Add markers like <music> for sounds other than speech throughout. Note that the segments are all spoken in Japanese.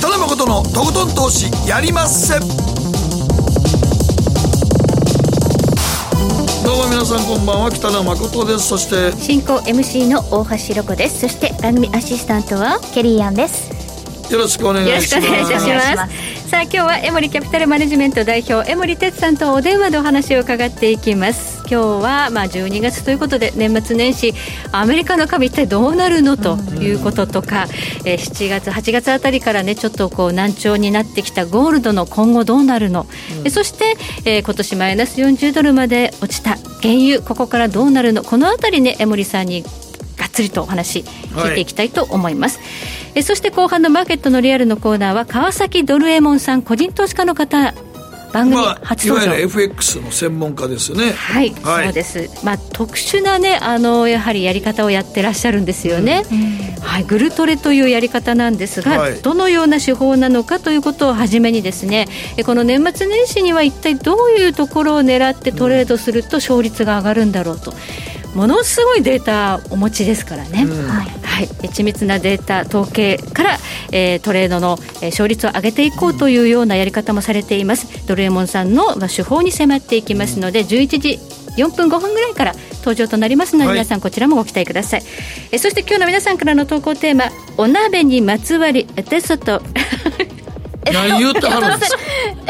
のとことん投資やりまっせどうも皆さんこんばんは北野誠ですそして進行 MC の大橋ロコですそして番組アシスタントはケリーアンです。よろしくお願いよろししくおます願いいたしお願いしまますさあ今日はエモリキャピタルマネジメント代表エモリ哲さんとお電話でお話を伺っていきます今日はまあ12月ということで年末年始アメリカの株一体どうなるのということとか、えー7月8月あたりからねちょっとこう難聴になってきたゴールドの今後どうなるの、えそして、えー今年マイナス40ドルまで落ちた原油ここからどうなるのこのあたりねエモリさんにがっつりとお話聞いていきたいと思います、えそして後半のマーケットのリアルのコーナーは川崎ドルエモンさん個人投資家の方番組まあ初いわ登ゆ場、る FX の専門家ですねはい、そうです、まあ、特殊なねあのやはりやり方をやってらっしゃるんですよね、はい、グルトレというやり方なんですが、はいどのような手法なのかということをはじめにですねえこの年末年始には一体どういうところを狙ってトレードすると勝率が上がるんだろうとものすごいデータお持ちですからね、はいえ緻密なデータ統計から、えートレードの、えー勝率を上げていこうというようなやり方もされていますドルエモンさんの、まあ、手法に迫っていきますので11時4分5分ぐらいから登場となりますので、はい皆さんこちらもご期待くださいえそして今日の皆さんからの投稿テーマ「お鍋にまつわりテソと」何言ってはるんですか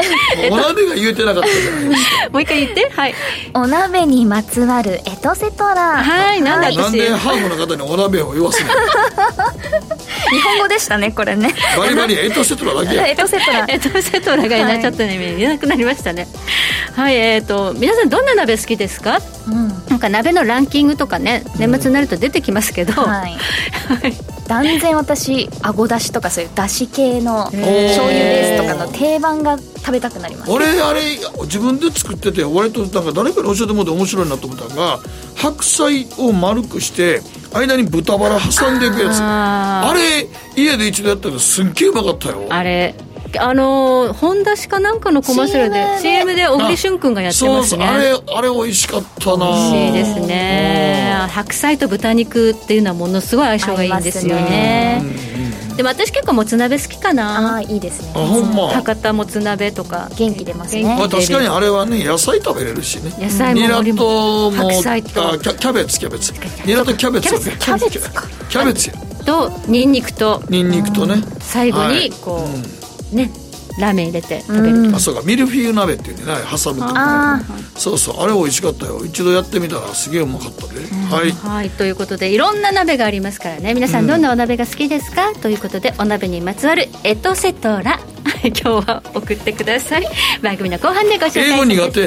<laughs> お鍋が言うてなかったじゃないですかもう一回言ってはいお鍋にまつわるエトセトラ。はいなんだなん私でハーフの方にお鍋を言わすの <laughs> 日本語でしたね、これね。バリバリエトセトラ <laughs> だけや <laughs> エトセトラ。えっとセトラがいなちょっとね、い、なくなりましたねはいえっ、と皆さんどんな鍋好きですかうん。なんか鍋のランキングとかね年末になると出てきますけど、はい。断然私、あごだしとかそういうだし系の醤ー油ベースとかの定番が食べたくなります。俺あれ自分で作ってて割となんか誰かに教えてもらって面白いなと思ったのが白菜を丸くして間に豚バラ挟んでいくやつああれ家で一度やったけどすっげえうまかったよーあれあのー、ホンダシかなんかのコマーシャルで CM CM でで小栗旬君がやってそまうすそうねあれあれ美味しかったな美味しいですね白菜と豚肉っていうのはものすごい相性がいいんですよねでも私結構もつ鍋好きかあなあ、いいですねあ。ほんま博多もつ鍋とか元気出ます元気まねあ。確かにあれはね野菜食べれるしね野菜もニラ海苔もともう白菜とあキャキャベツキャベツニラとキャベツキャベツかキャベツやとニンニクとニンニクとね最後はにいこうねラーメン入れて食べるあそうかミルフィーユ鍋っていうね挟むとあそうそうあれ美味しかったよ一度やってみたらすげえうまかったで、はいはいということでいろんな鍋がありますからね皆さんどんなお鍋が好きですか、ということでお鍋にまつわるエトセトラ <laughs> 今日は送ってください番組の後半でご紹介英語苦手、は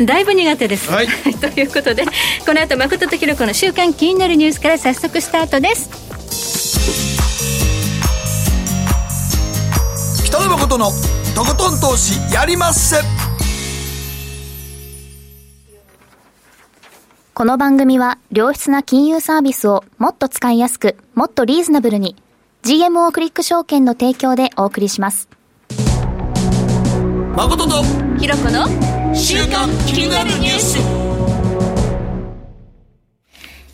い、 <laughs> だいぶ苦手です、はい <laughs> ということでこの後誠とひろ子の週刊気になるニュースから早速スタートです北野誠のとことん投資やりまっせこの番組は良質な金融サービスをもっと使いやすく、もっとリーズナブルに GMO クリック証券の提供でお送りします。誠とひろ子の週刊気になるニュース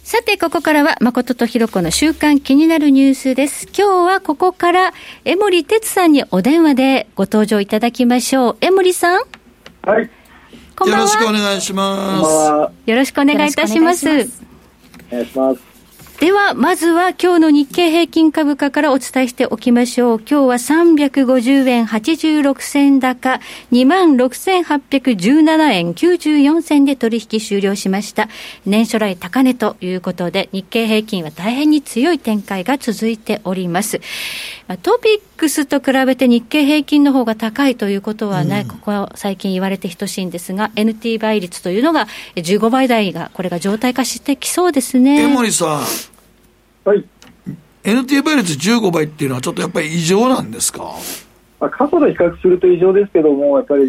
さて、ここからは、誠とひろこの週刊気になるニュースです。今日はここから、江森哲さんにお電話でご登場いただきましょう。江森さん、はい。こんよばんろしくおは。願いしこんまばんすは。よろしくお願いいたします。よろしくお願いしお願いします。では、まずは今日の日経平均株価からお伝えしておきましょう。今日は350円86銭高、26,817円94銭で取引終了しました。年初来高値ということで、日経平均は大変に強い展開が続いております。まあトピックスと比べて日経平均の方が高いということはない、ここは最近言われて等しいんですが、NT 倍率というのが15倍台が、これが常態化してきそうですね。江森さんはい。 NT 倍率15倍っていうのはちょっとやっぱり異常なんですかまあ、過去と比較すると異常ですけども、やっぱり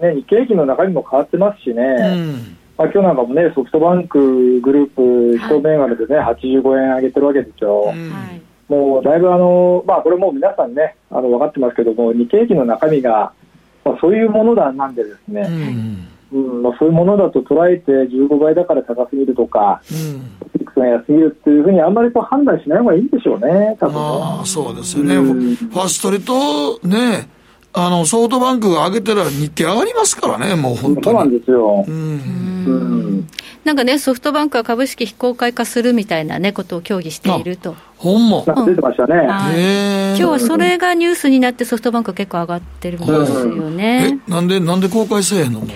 ね、日経平均の中身も変わってますしね、うんまあ今日なんかもね、ソフトバンクグループ、一銘柄でね、85円上げてるわけですよ。うんはいもうだいぶあの、まあこれもう皆さんね、あの分かってますけども、日経平均の中身が、まあ、そういうものだなんでですうね、んうんまあ、そういうものだと捉えて15倍だから高すぎるとか、うんビックスが安すぎるっていうふうに、あんまりこう判断しない方がいいんでしょうね、多分あね。あ、そうですよね。フうんァファストリと、ね、あの、ソフトバンクが上げてら日程上がりますからね、もう本そう当なんに。ですよ。うん。うん。なんかね、ソフトバンクは株式非公開化するみたいなね、ことを協議していると。本もな。んか出てましたね。あはいえ今日はそれがニュースになってソフトバンク結構上がってるんですよえね。、なんで、なんで公開せえへんのもう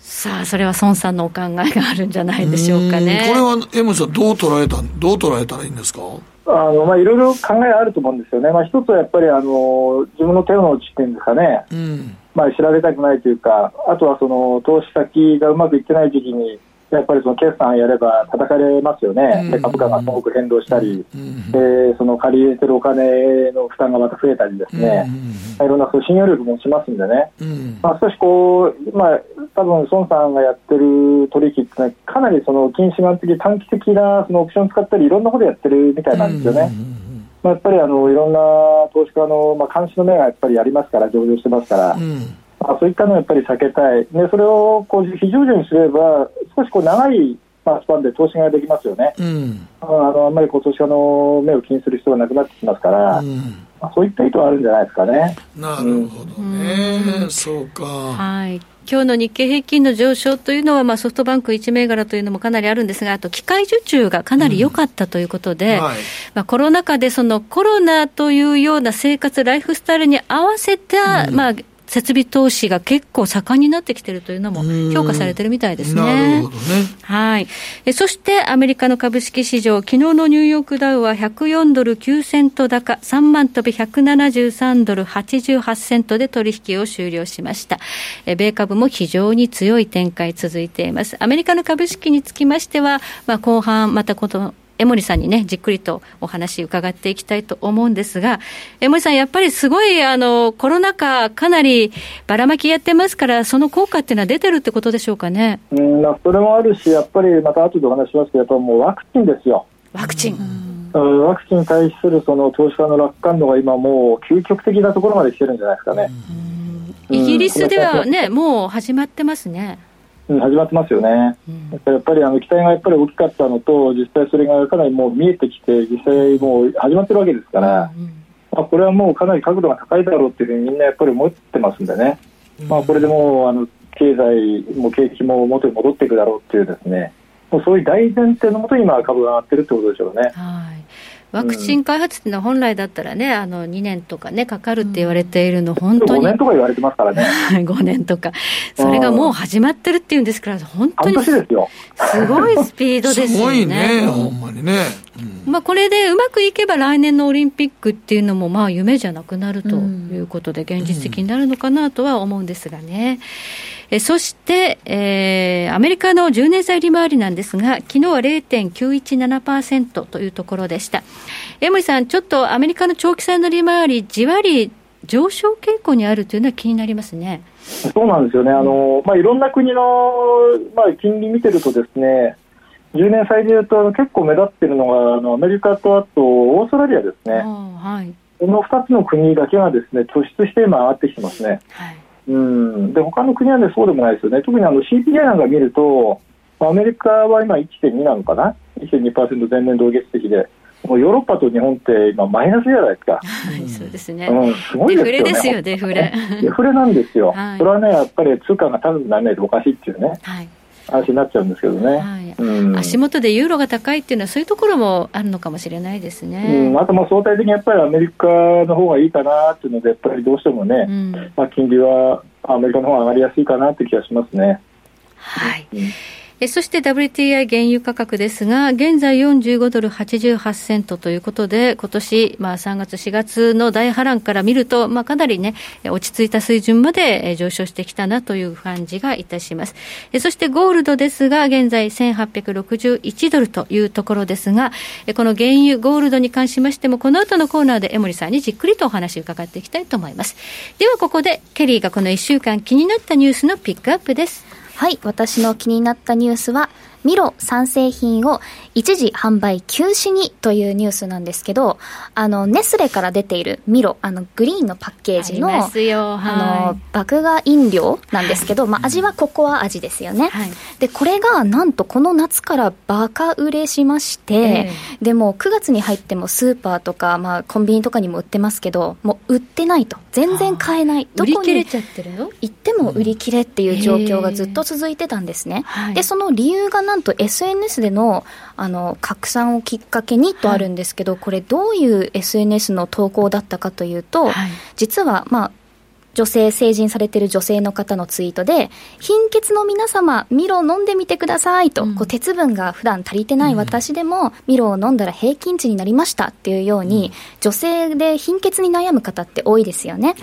さあ、それは孫さんのお考えがあるんじゃないでしょうかね。うんこれは、エムさん、どう捉えた、どう捉えたらいいんですかあのまあ、いろいろ考えあると思うんですよね、まあ、一つはやっぱりあの自分の手の内っていうんですかね、うん。まあ、知られたくないというか、あとはその投資先がうまくいってない時期に、やっぱりその決算やれば叩かれますよね、で株価がすごく変動したり、うん。でその借り入れてるお金の負担がまた増えたりですね、まあいろんなそう信用力もしますんでね。うん。まあ、少しこう、今、多分孫さんがやってる取引ってのは、かなりその近視眼的、短期的なそのオプション使ったり、いろんなことやってるみたいなんですよね。まあ、やっぱりあのいろんな投資家の、まあ、監視の目がやっぱりありますから、上場してますから、うん。まあ、そういったのをやっぱり避けたい、でそれをこう非常時にすれば、少しこう長い、まあ、スパンで投資ができますよね、うん。まああのあんまりこう投資家の目を気にする必要がなくなってきますから、うん。まあ、そういった意図はあるんじゃないですかね。なるほどね。そうか。はい今日の日経平均の上昇というのは、まあ、ソフトバンク1銘柄というのもかなりあるんですが、あと機械受注がかなり良かったということで、はい。まあ、コロナ禍でそのコロナというような生活、ライフスタイルに合わせた、まあ、設備投資が結構盛んになってきてるというのもうん評価されてるみたいですね。なるほどね。はい。えそして、アメリカの株式市場、昨日のニューヨークダウは104ドル9セント高、3万飛び173ドル88セントで取引を終了しました。え米株も非常に強い展開続いています。アメリカの株式につきましては、まあ、後半、またこの、江森さんにね、じっくりとお話伺っていきたいと思うんですが、江森さん、やっぱりすごい、あの、コロナ禍、かなりばらまきやってますから、その効果っていうのは出てるってことでしょうかね。うんまあ、それもあるし、やっぱりまた後でお話しますけど、やっぱもうワクチンですよ。ワクチン。うんワクチンに対するその投資家の楽観度が今、もう究極的なところまで来てるんじゃないですかね、イギリスではね、もう始まってますね。うん、始まってますよね、やっぱりあの期待がやっぱり大きかったのと、実際それがかなりもう見えてきて、実際もう始まってるわけですから、まあ、これはもうかなり角度が高いだろうっていうふうにみんなやっぱり思ってますんでね、まあ、これでもうあの経済も景気も元に戻っていくだろうっていうですね、もうそういう大前提のもと、今、株が上がってるってことでしょうね。はい。ワクチン開発っていうのは本来だったらね、あの2年とかね、かかるって言われているの、本当5に年とか言われてま <laughs> すからね、 5年とか、それがもう始まってるっていうんですから、本当半に年ですすよ。ごいスピードですすよごね。いね、ほんまにね。うんまあ、これでうまくいけば来年のオリンピックっていうのもまあ夢じゃなくなるということで現実的になるのかなとは思うんですがね。えそして、えーアメリカの10年債利回りなんですが昨日は0.917%というところでした。江森さん、ちょっとアメリカの長期債の利回りじわり上昇傾向にあるというのは気になりますね。そうなんですよね、あのまあ、いろんな国の、まあ、金利見てると、ですね10年債でいうと、あの結構目立ってるのが、あのアメリカとあとオーストラリアですあね、あはいこの2つの国だけがですね突出して今、上がってきてますね、はいうん、で他の国は、ね、そうでもないですよね、特にあの CPI なんか見ると、まあアメリカは今、1.2なのかな、1.2%前年同月的で、もうヨーロッパと日本って今、マイナスじゃないですか、はい、そうですね。うん、すごいデフでレすよね。ですよ、デフレ。デフレなんですよ、はいそれはね、やっぱり通貨が高くならないとおかしいっていうね、はい話になっちゃうんですけどね、はいうん足元でユーロが高いっていうのは、そういうところもあるのかもしれないですうねん、。あとまあ相対的にやっぱりアメリカの方がいいかなっていうので、やっぱりどうしてもね、うんまあ、金利はアメリカの方が上がりやすいかなっていう気がしますね。はいうんえそして WTI 原油価格ですが、現在45ドル88セントということで、今年まあ3月、4月の大波乱から見ると、まあ、かなりね、え落ち着いた水準までえ上昇してきたなという感じがいたします。えそしてゴールドですが、現在1861ドルというところですが、えこの原油、ゴールドに関しましても、この後のコーナーで江森さんにじっくりとお話を伺っていきたいと思います。ではここで、ケリーがこの1週間気になったニュースのピックアップです。はい、私の気になったニュースは、ミロ3製品を一時販売休止にというニュースなんですけど、あの、ネスレから出ているミロ、あの、グリーンのパッケーあジりの、あますよはの、麦芽飲料なんですけど、まあ、味はココア味ですよね。はいで、これがなんとこの夏からバカ売れしまして、えでも9月に入ってもスーパーとか、まあ、コンビニとかにも売ってますけど、もう売ってないと。全然買えない。い、売どりこ切れにちゃってるの行っても売り切れっていう状況がずっと続いてたんですね。はいで、その理由がなんと SNS での、あの、拡散をきっかけにとあるんですけど、これどういう SNS の投稿だったかというと、はい実は、まあ、女性、成人されてる女性の方のツイートで、貧血の皆様、ミロを飲んでみてくださいと、うんこう鉄分が普段足りてない私でも、ミロを飲んだら平均値になりましたっていうように、女性で貧血に悩む方って多いですよね。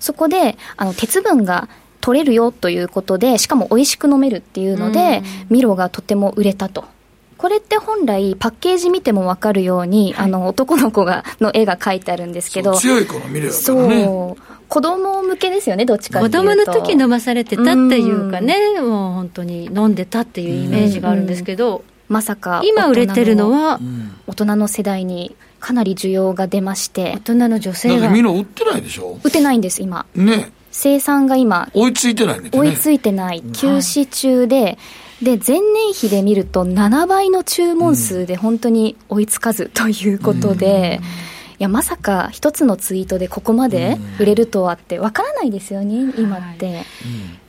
そこで、あの、鉄分が取れるよということで、しかも美味しく飲めるっていうので、ミロがとても売れたと。これって本来パッケージ見てもわかるように、あの男の子がの絵が描いてあるんですけど、強い子のミロだからねそう子供向けですよねどっちか子っていうと供の時飲まされてたっていうかね、もう本当に飲んでたっていうイメージがあるんですけど、まさか今売れてるのはうん大人の世代にかなり需要が出まして大人の女だ性ってがミロ売ってないでしょ打てないんです今ね生産が今追いついてないんだって追ねいついてない休止中で、で前年比で見ると7倍の注文数で本当に追いつかずということで、いやまさか一つのツイートでここまで売れるとはってわからないですよね今って、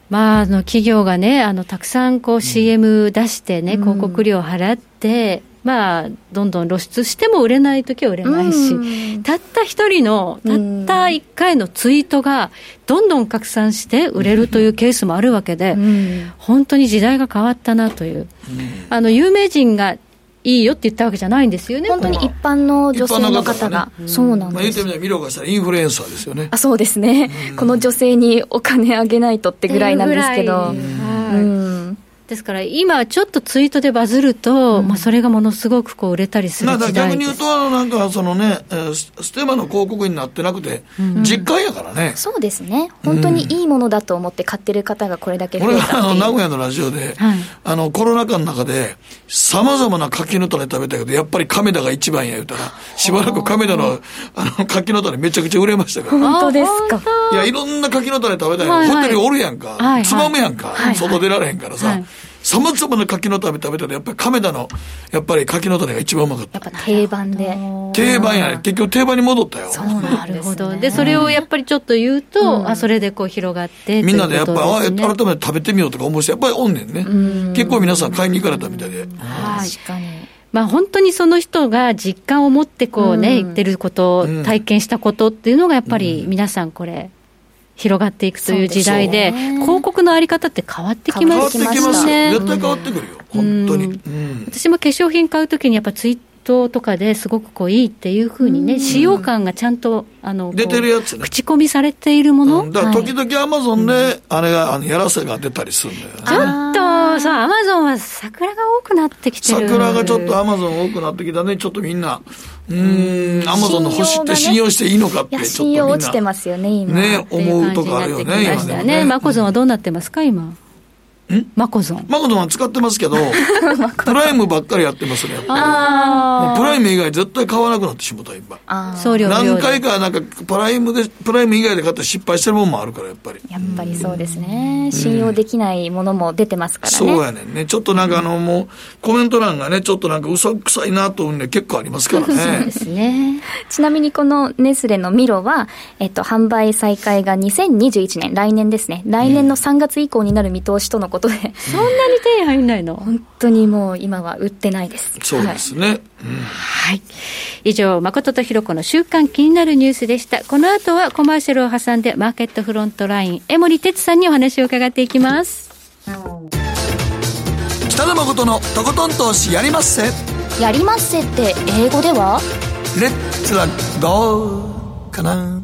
まあ、あの企業がねあのたくさんこう CM 出してね、うん広告料払って、まあ、どんどん露出しても売れない時は売れないし、うんたった一人のたうんった一回のツイートがどんどん拡散して売れるというケースもあるわけで、うん本当に時代が変わったなという、あの有名人がいいよって言ったわけじゃないんですよね本当にこ一般の女性の一般の方方がが、そうなんまあ言でっすてみればミロがしたらインフルエンサーですよねあそうですね、この女性にお金あげないとってれぐらいなんですけっど、ていうぐらういはいん、ですから今ちょっとツイートでバズると、まあ、それがものすごくこう売れたりするなだから時代逆でに言うすとあのなんかそのね、えースステマの広告になってなくて、実感やからね、そうですね、本当にいいものだと思って買ってる方がこれだけ増俺えがあたのって名古いう。屋のラジオで、はいあのコロナ禍の中で、さまざまな柿の種食べたけど、やっぱり亀田が一番や言うたら、しばらく亀田のあの柿の種、めちゃくちゃ売れましたから。本当ですか。いや、いろんな柿の種食べたい、はいはいホテルおるやんか、いはいつまむやんか、はいはい外出られへんからはさい、さまざまな柿の種食べたら、やっぱり亀田の、やっぱり柿の種が一番うまかったやっ。ぱ定番で。定番やね。結局定番に戻ったよ。そうななるるほほどど。でそれをやっぱりちょっと言うと、あそれでこう広がってみんなでやっぱ、というこあ改とめでてすね食べてみようとか思う人、やっぱりおんねんね。結構皆さん買いに行かれたみたいで。はい確かに。まあ、本当にその人が実感を持ってこうね、うん言ってること、うん体験したことっていうのがやっぱり皆さんこれ広がっていくという時代でそうですね広告のあり方って変わってき変まわってすきまねすよ。う絶ん対変わってくるよ。本当に。うん。私も化粧品買うときにやっぱツイートとかですごくこういいっていうふうにね、使用感がちゃんとあのこう出てるやつね口コミされているもの、うんだから時々アマゾンで、あれが、あの、やらせが出たりするんだよね。ちょっとそうアマゾンは桜が多くなってきてる桜がちょっとアマゾン多くなってきたね。ちょっとみんな、うーん、アマゾンの星って信信用がね用していいのかっいて、や、ちょっとみ信んな。用落ちてますよね、今。ねってい思う感じとにこなあってるよきね、ま今したでよもね。ね。マコゾンはどうなってますか、今。マコゾン。マコトンは使ってますけど、プライムばっかりやってますね、やっぱりあプライム以外絶対買わなくなってしもた、今。ああ。あ。送料無料何で回かなんかプライムでプライム以外で買って失敗してるもんもあるからやっぱり、やっぱりそうですね。信用できないものも出てますからね。そうやねんねちょっとなんかあのもうコメント欄がねちょっとなんか嘘くさいなと思うんで結構ありますからねですね。ちなみにこのネスレのミロは、えっと、販売再開が2021年、来年ですね。来年の3月以降になる見通しとのことで、そんなに手に入んないの本当にもう今は売ってないです。そうではいすね、はい。以上、誠とひろ子の週刊気になるニュースでした。この後はコマーシャルを挟んで、マーケットフロントライン、江森哲さんにお話を伺っていきます。北野誠のとことん投資やりまっせやりまっせって英語ではレッツはどうかな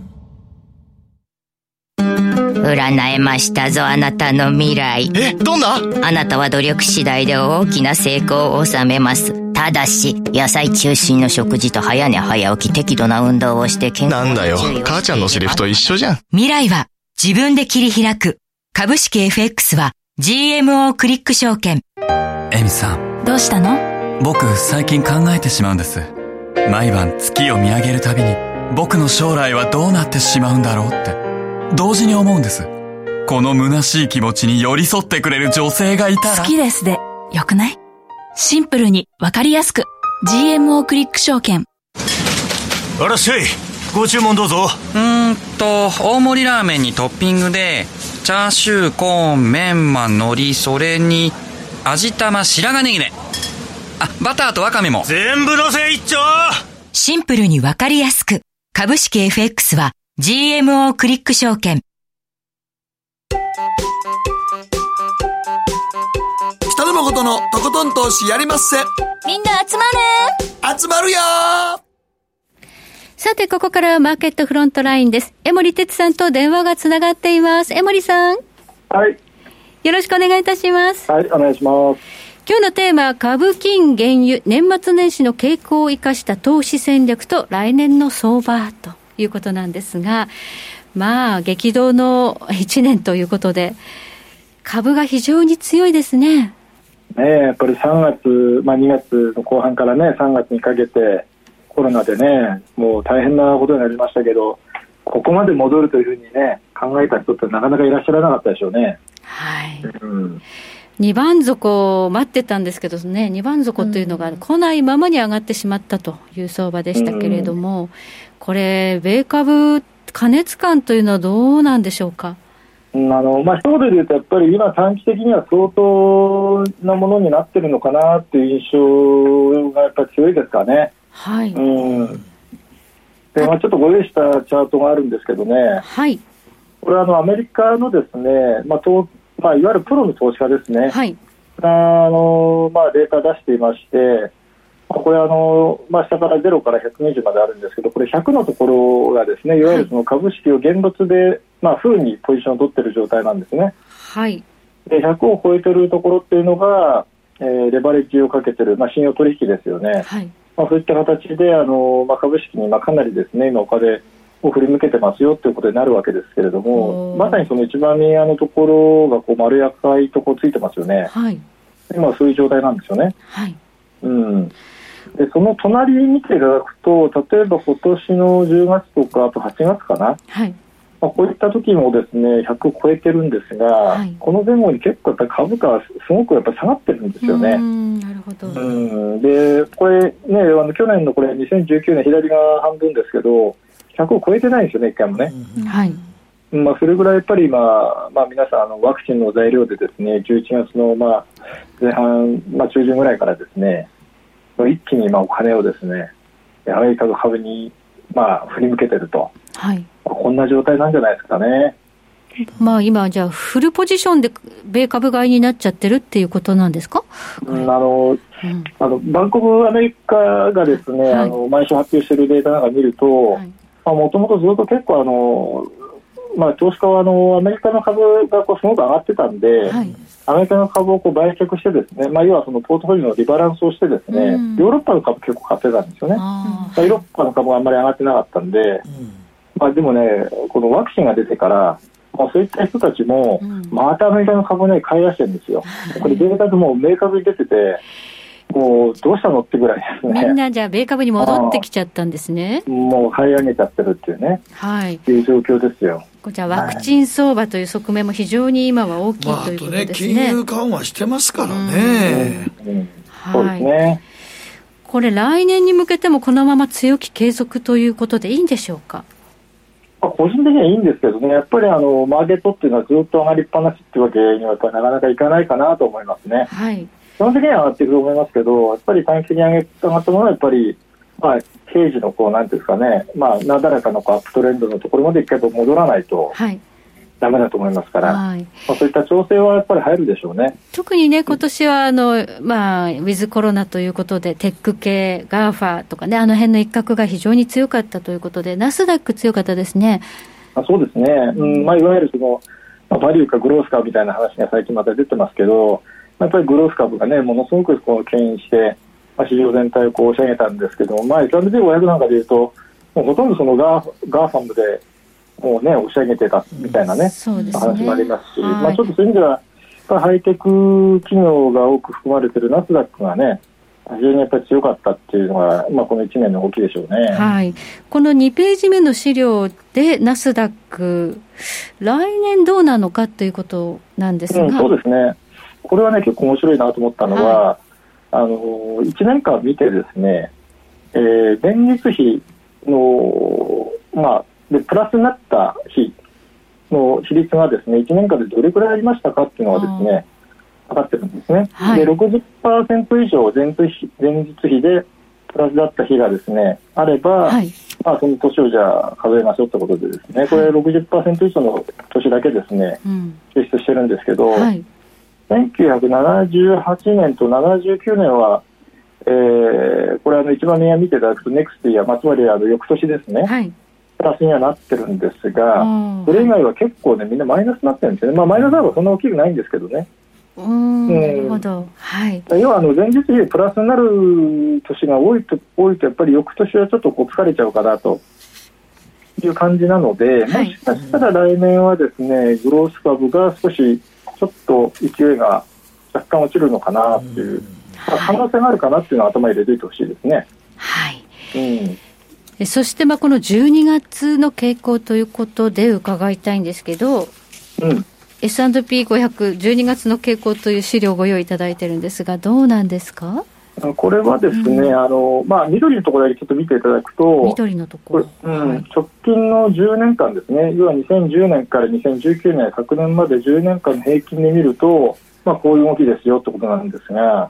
占えましたぞあなたの未来え、どんなあなたは努力次第で大きな成功を収めますただし野菜中心の食事と早寝早起き適度な運動をして健康なんだよ。母ちゃんのセリフと一緒じゃん。未来は自分で切り開く株式 FX は GMO クリック証券エミさんどうしたの僕最近考えてしまうんです毎晩月を見上げるたびに僕の将来はどうなってしまうんだろうって同時に思うんですこの虚しい気持ちに寄り添ってくれる女性がいたら好きですで、よくないシンプルにわかりやすく。GMO クリック証券。あらっしゃいご注文どうぞうーんと大盛りラーメンにトッピングでチャーシューコーンメンマ海苔それに味玉白髪ネギねあバターとワカメも全部のせ一丁シンプルにわかりやすく。株式 FX は GMO クリック証券。北野誠のとことん投資やりまっせみんな集まれ集まるよさて、ここからはマーケットフロントラインです。江森哲さんと電話がつながっています。江森さん、はいよろしくお願いいたします。はいお願いします今日のテーマは株金原油年末年始の傾向を生かした投資戦略と来年の相場ということなんですがまあ激動の1年ということで株が非常に強いですねねやっぱり3月、まあ、2月の後半からね3月にかけてコロナでねもう大変なことになりましたけどここまで戻るというふうにね考えた人ってなかなかいらっしゃらなかったでしょうね。はいうん、 2番底を待ってたんですけどね2番底というのが来ないままに上がってしまったという相場でしたけれども、これ米株過熱感というのはどうなんでしょうかうんあのまあ、一言で言うと、やっぱり今、短期的には相当なものになってるのかなっていう印象がやっぱり強いですかね。はい、うんでまあ、ちょっとご用意したチャートがあるんですけどね、はいこれはあのアメリカのですね、まあ投まあ、いわゆるプロの投資家ですね、はいあのまあ、データ出していまして、まあこれあの、まあ、下から0から120まであるんですけど、これ100のところがですね、いわゆるその株式を現物で、まあ、風にポジションを取っている状態なんですね。はいで100を超えてるところっていうのが、えーレバレッジをかけてる、まあ、信用取引ですよね、はいまあ、そういった形であの、まあ、株式にまあかなりですね今お金を振り向けてますよということになるわけですけれどおもーまさにその一番右側のところがこう丸やかいとこついてますよねはい今はそういう状態なんですよね、はいうん、でその隣見ていただくと例えば今年の10月とかあと8月かなはいまあ、こういった時もですね100を超えてるんですが、はいこの前後に結構やっぱり株価はすすごくやっぱり下がってるんですようーね。んなるほど、うんでこれねあの去年のこれ2019年左側半分ですけど100を超えてないんですよね、1回もね。はいまあ、それぐらいやっぱり今、まあ、皆さんあのワクチンの材料でですね11月のまあ前半、まあ、中旬ぐらいからですね一気にまあお金をですねアメリカの株にまあ振り向けてると、はいこんな状態なんじゃないですかね。まあ今じゃあフルポジションで米株買いになっちゃってるっていうことなんですかうんあのうんあのバンコブアメリカがですね、はいあの毎週発表しているデータなんか見ると、いもともとずっと結構あの、まあ、投資家はあのアメリカの株がこうすごく上がってたんで、はいアメリカの株をこう売却して、ですね、まあ、要はそのポートフォリオのリバランスをして、ですね、うんヨーロッパの株結構買ってたんですよね。まああヨーロッパの株があんまり上がってなかったんで、まあ、でもね、このワクチンが出てから、まあ、そういった人たちもうん、またアメリカの株を、ね、買い出してるんですよ、これ、データでもう明確に出てて、もうどうしたのってぐらいですあみんね、なじゃあ米株に戻ってきちゃったんですねもう買い上げちゃってるっていうね、はいいう状況ですよ。こうじゃあワクチン相場という側面も非常に今は大きいまあ、あということとね、です金ね,、融緩和してますからね。うんそうですはいね、これ来年に向けてもこのまま強気継続ということでいいんでしょうかまあ、個人的にはいいんですけどね、やっぱりあのマーケットっていうのはずっと上がりっぱなしっていうわけにはやっぱりなかなかいかないかなと思いますね。はい基本的には上がっていくと思いますけど、やっぱり短期的に上げ上がったものは、やっぱり、まあ、平時のこう、なんていうんですかね、まあ、なだらかのこうアップトレンドのところまで一回こう戻らないとはいダメだと思いますから、まはいあ、そういった調整はやっぱり入るでしょうね。特にね、今年はあの、まあ、ウィズコロナということで、テック系、ガーファとかね、あの辺の一角が非常に強かったということで、ナスダック強かったですね。まあ、そうですね、うんまあ、いわゆるその、まあ、バリューかグロースかみたいな話が最近また出てますけど、まあやっぱりグロース株がね、ものすごくこう牽引して、まあ、市場全体をこう押し上げたんですけど、まあ、S&P500 なんかでいうと、もうほとんどそのガーガーファムでもうね、押し上げてたみたいなね、そうですね。話もありますし、まはあ、いちょっとそういう意味では、ぱハイテク企業が多く含まれてるナスダックがね、非常にやっぱり強かったっていうのが、まあ、この1年の動きでしょうね。はい、この2ページ目の資料で、ナスダック、来年どうなのかということなんですが、うん、そうですね、これはね、結構面白いなと思ったのは、はい、あの1年間見てですね、えー、年月比の、まあ、でプラスになった日の比率がですね1年間でどれくらいありましたかっていうのはですね分かってるんですね、はい、で60%以上前日比前日比でプラスだった日がですねあれば、はい、まあ、その年をじゃあ数えましょうってことでですねこれ60%以上の年だけですね、提、は、出、い、してるんですけど、はい、1978年と79年はえー、これあの一番目を見ていただくと、ネクストや、まあ、つまりあの翌年ですね、はい、プラスにはなってるんですが、それ以外は結構ね、みんなマイナスになってるんですよね、まあ、マイナス幅はそんな大きくないんですけどね。うん、なるほど、はい、要はあの前日比プラスになる年が多いと、多いとやっぱり翌年はちょっとこう疲れちゃうかなという感じなので、はい、もしかしたら来年はですね、グロース株が少しちょっと勢いが若干落ちるのかなっていう。可能性があるかなっていうのは頭に入れていてほしいですね。はい。うん、そしてまあこの12月の傾向ということで伺いたいんですけど、うん、S&P500、12月の傾向という資料をご用意いただいてるんですが、どうなんですかこれはですね、うん、あのまあ、緑のところだけちょっと見ていただくと、緑のところうん、はい、直近の10年間ですね、要は2010年から2019年、昨年まで10年間の平均で見ると、まあ、こういう動きですよってことなんですが、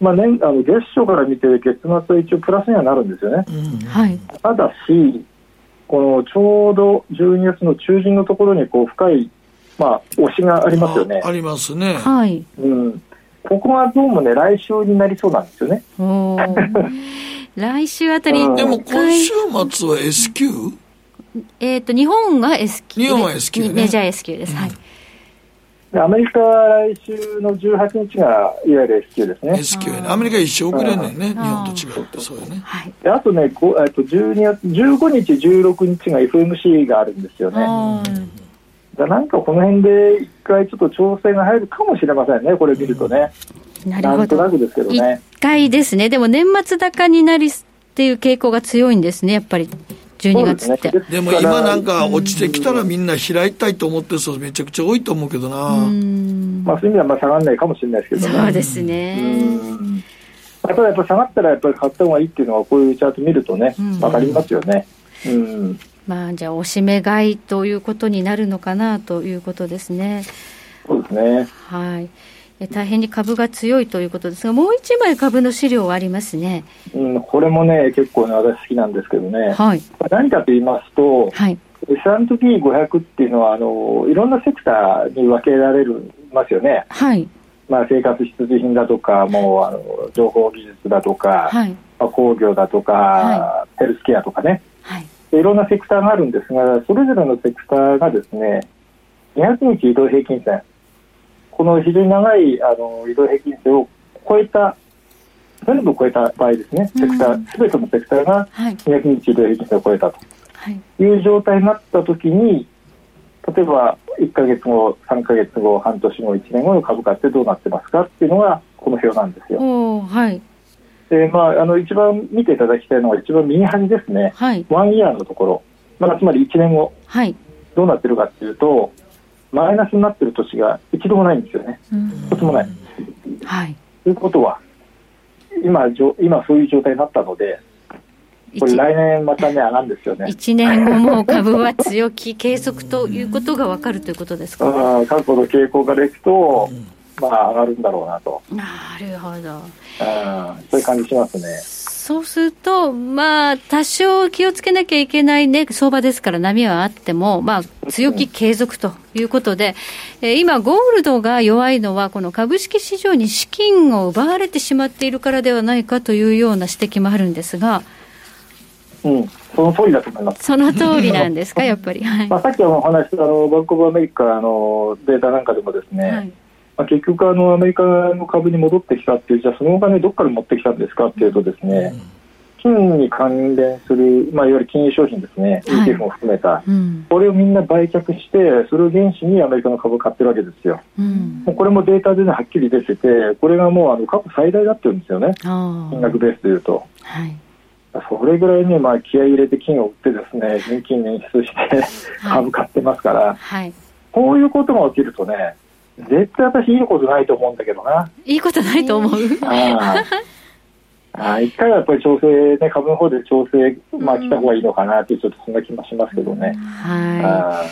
まあ年、年あの月初から見て月末は一応プラスにはなるんですよね、うんはい、ただしこのちょうど12月の中旬のところにこう深い、まあ、押しがありますよねありますね、はいうん、ここはどうもね来週になりそうなんですよね来週あたり、うん、でも今週末は S q えーと、と日本が S q 日本は S q ね、メジャー S q です、うん、はいアメリカは来週の18日がいわゆる S q ですね。 S q アメリカ一生遅れないね、日本と違って、そうよね。はい、あとね、こあと12月15日、16日が FMC があるんですよね。だなんかこの辺で一回ちょっと調整が入るかもしれませんね、これ見るとね。なるほど。なんとなくですけどね。一回ですね、でも年末高になりっていう傾向が強いんですね、やっぱり。12月って。で,ね、でも今なんか落ちてきたらみんな開いたいと思ってる人めちゃくちゃ多いと思うけどな。まあそういう意味ではまあ下がらないかもしれないですけどね。そうですね。ただやっぱ下がったらやっぱり買った方がいいっていうのはこういうチャート見るとね、わかりますよね。うん。まあじゃあおしめ買いということになるのかなということですね。そうですね。はい。大変に株が強いということですが、もう一枚株の資料はありますね、うん、これもね、結構ね、私好きなんですけどね、はい、何かと言いますと、はい、S&P500 っていうのはあの、いろんなセクターに分けられるますよね、はいまあ、生活必需品だとか、もうあの情報技術だとか、はい、まあ、工業だとか、はい、ヘルスケアとかね、はいいろんなセクターがあるんですが、それぞれのセクターがですね、200日移動平均線。この非常に長いあの移動平均線を超えた、全部超えた場合ですね、セクター、すべてのセクターが200日移動平均線を超えたと、はい、いう状態になったときに、例えば1か月後、3か月後、半年後、1年後の株価ってどうなってますかっていうのが、この表なんですよ。はい、でまあ、あの一番見ていただきたいのは、一番右端ですね、はい、ワンイヤーのところ、まあ、つまり1年後、はい、どうなってるかっていうと、マイナスになってる年が一度もないんですよね、一つもない。はい、ということは今、今そういう状態になったので、これ、来年またね、上がるんですよね1年後も株は強気、継続ということが分かるということですか、ね、過去の傾向からいくと、まあ、上がるんだろうなと。なるほど、そういう感じしますね。そうすると、まあ、多少気をつけなきゃいけない、ね、相場ですから、波はあっても、まあ、強気継続ということで、えー、今、ゴールドが弱いのは、この株式市場に資金を奪われてしまっているからではないかというような指摘もあるんですが。うん、その通りだと思います。その通りなんですか、やっぱり。はい、まあ、さっきお話したあのバンコブアメリカのデータなんかでもですね。はいまあ、結局あの、アメリカの株に戻ってきたっていう、じゃあ、そのお金どこから持ってきたんですかっていうとですね、金に関連する、まあ、いわゆる金融商品ですね、はい ETF も含めた、うんこれをみんな売却して、それを原資にアメリカの株を買ってるわけですよ。うんもうこれもデータで、ね、はっきり出てて、これがもうあの過去最大だって言うんですよね、あ金額ベースでいうと。はいそれぐらいね、まあ、気合い入れて金を売ってですね、現金捻出して株買ってますから、はいこういうことが起きるとね、絶対私いいことないと思うんだけどな。いいことないと思う、 <laughs> ああ一回はやっぱり調整、ね、株の方で調整、まあ、来た方がいいのかなっていう、ちょっとそんな気もしますけどはね。いあ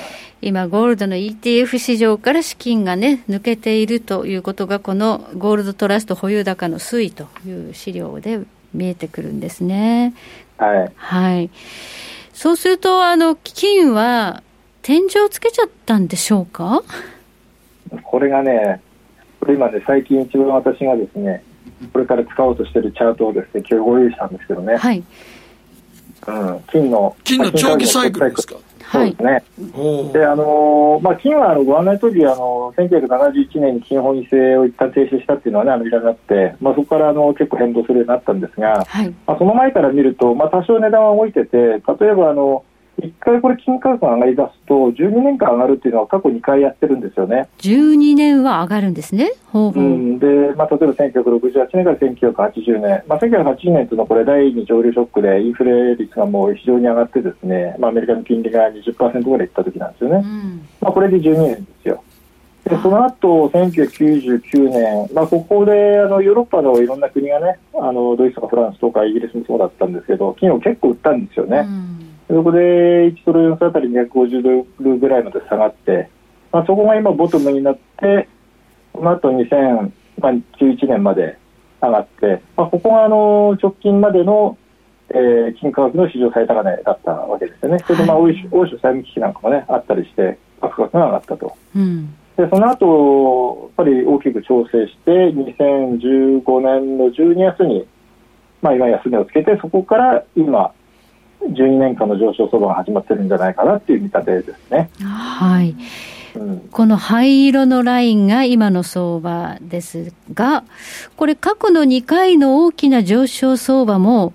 今ゴールドの ETF 市場から資金がね抜けているということがこのゴールドトラスト保有高の推移という資料で見えてくるんですねはい、はい、そうするとあの金は天井をつけちゃったんでしょうかこれがね、これ今ね、最近一番私がですね、これから使おうとしてるチャートをですね、今日ご用意したんですけどね。はい。うん、金の。金の長期サイクルですかそうですね。で、あのーまあ、金はあのご案内の通り、あの1971年に金本位制を一旦停止したっていうのはね、アメリカになって、まあ、そこからあの結構変動するようになったんですが、まあ、その前から見ると、まあ、多少値段は動いてて、例えばあの、1回これ金価格が上がり出すと、12年間上がるっていうのは過去2回やってるんですよね。 12年は上がるんですねほうほうう、んでまあ、例えば1968年から1980年、まあ、1980年というのはこれ第二次上流ショックでインフレ率がもう非常に上がってですね、まあ、アメリカの金利が20%ぐらいいった時なんですよね、まあ、これで12年ですよでその後1999年、まあ、ここであのヨーロッパのいろんな国がねあのドイツとかフランスとかイギリスもそうだったんですけど金を結構売ったんですよね、そこで1ドル四あたり250ドルぐらいまで下がって、まあ、そこが今ボトムになってその後2011年まで上がって、まあ、ここがあの直近までの、えー金価格の史上最高値だったわけですよね、それでまあ欧州欧州債務危機なんかも、ね、あったりして、価格が上がったと。うんでその後やっぱり大きく調整して、2015年の12月に、まあ、今、安値をつけて、そこから今、12年間の上昇相場が始まってるんじゃないかなっていう見立てですね。はい、この灰色のラインが今の相場ですが、これ、過去の2回の大きな上昇相場も、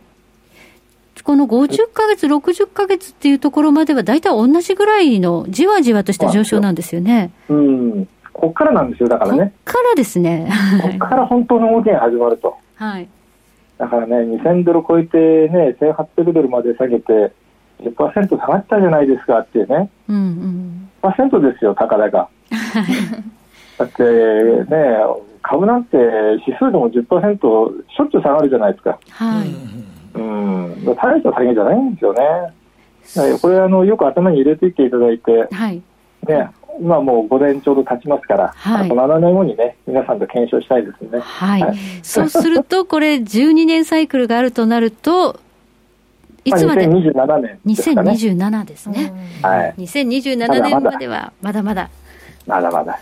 この50ヶ月、60ヶ月っていうところまでは、大体同じぐらいのじわじわとした上昇なんですよね。うん、こっからなんですよ、だからね、からですね。こっから本当の動きが始まると。はい。だからね、2000ドル超えてね、1800ドルまで下げて、10%下がったじゃないですかっていうね、うんうん。 10%ですよ、高 <laughs> 々。だってね、株なんて指数でも10%しょっちゅう下がるじゃないですか。はい。うん、大した下げじゃないんですよね。だからこれあの、よく頭に入れていっていただいて、はい。ね、今もう5年ちょうど経ちますから、はいあと7年後にね、皆さんと検証したいですね。はい。そうすると、これ、12年サイクルがあるとなると、いつまで、まあ2027年です2027ですかね。ね。はい。 2027まだま年だまでは、まだまだ。まだま <laughs> だ。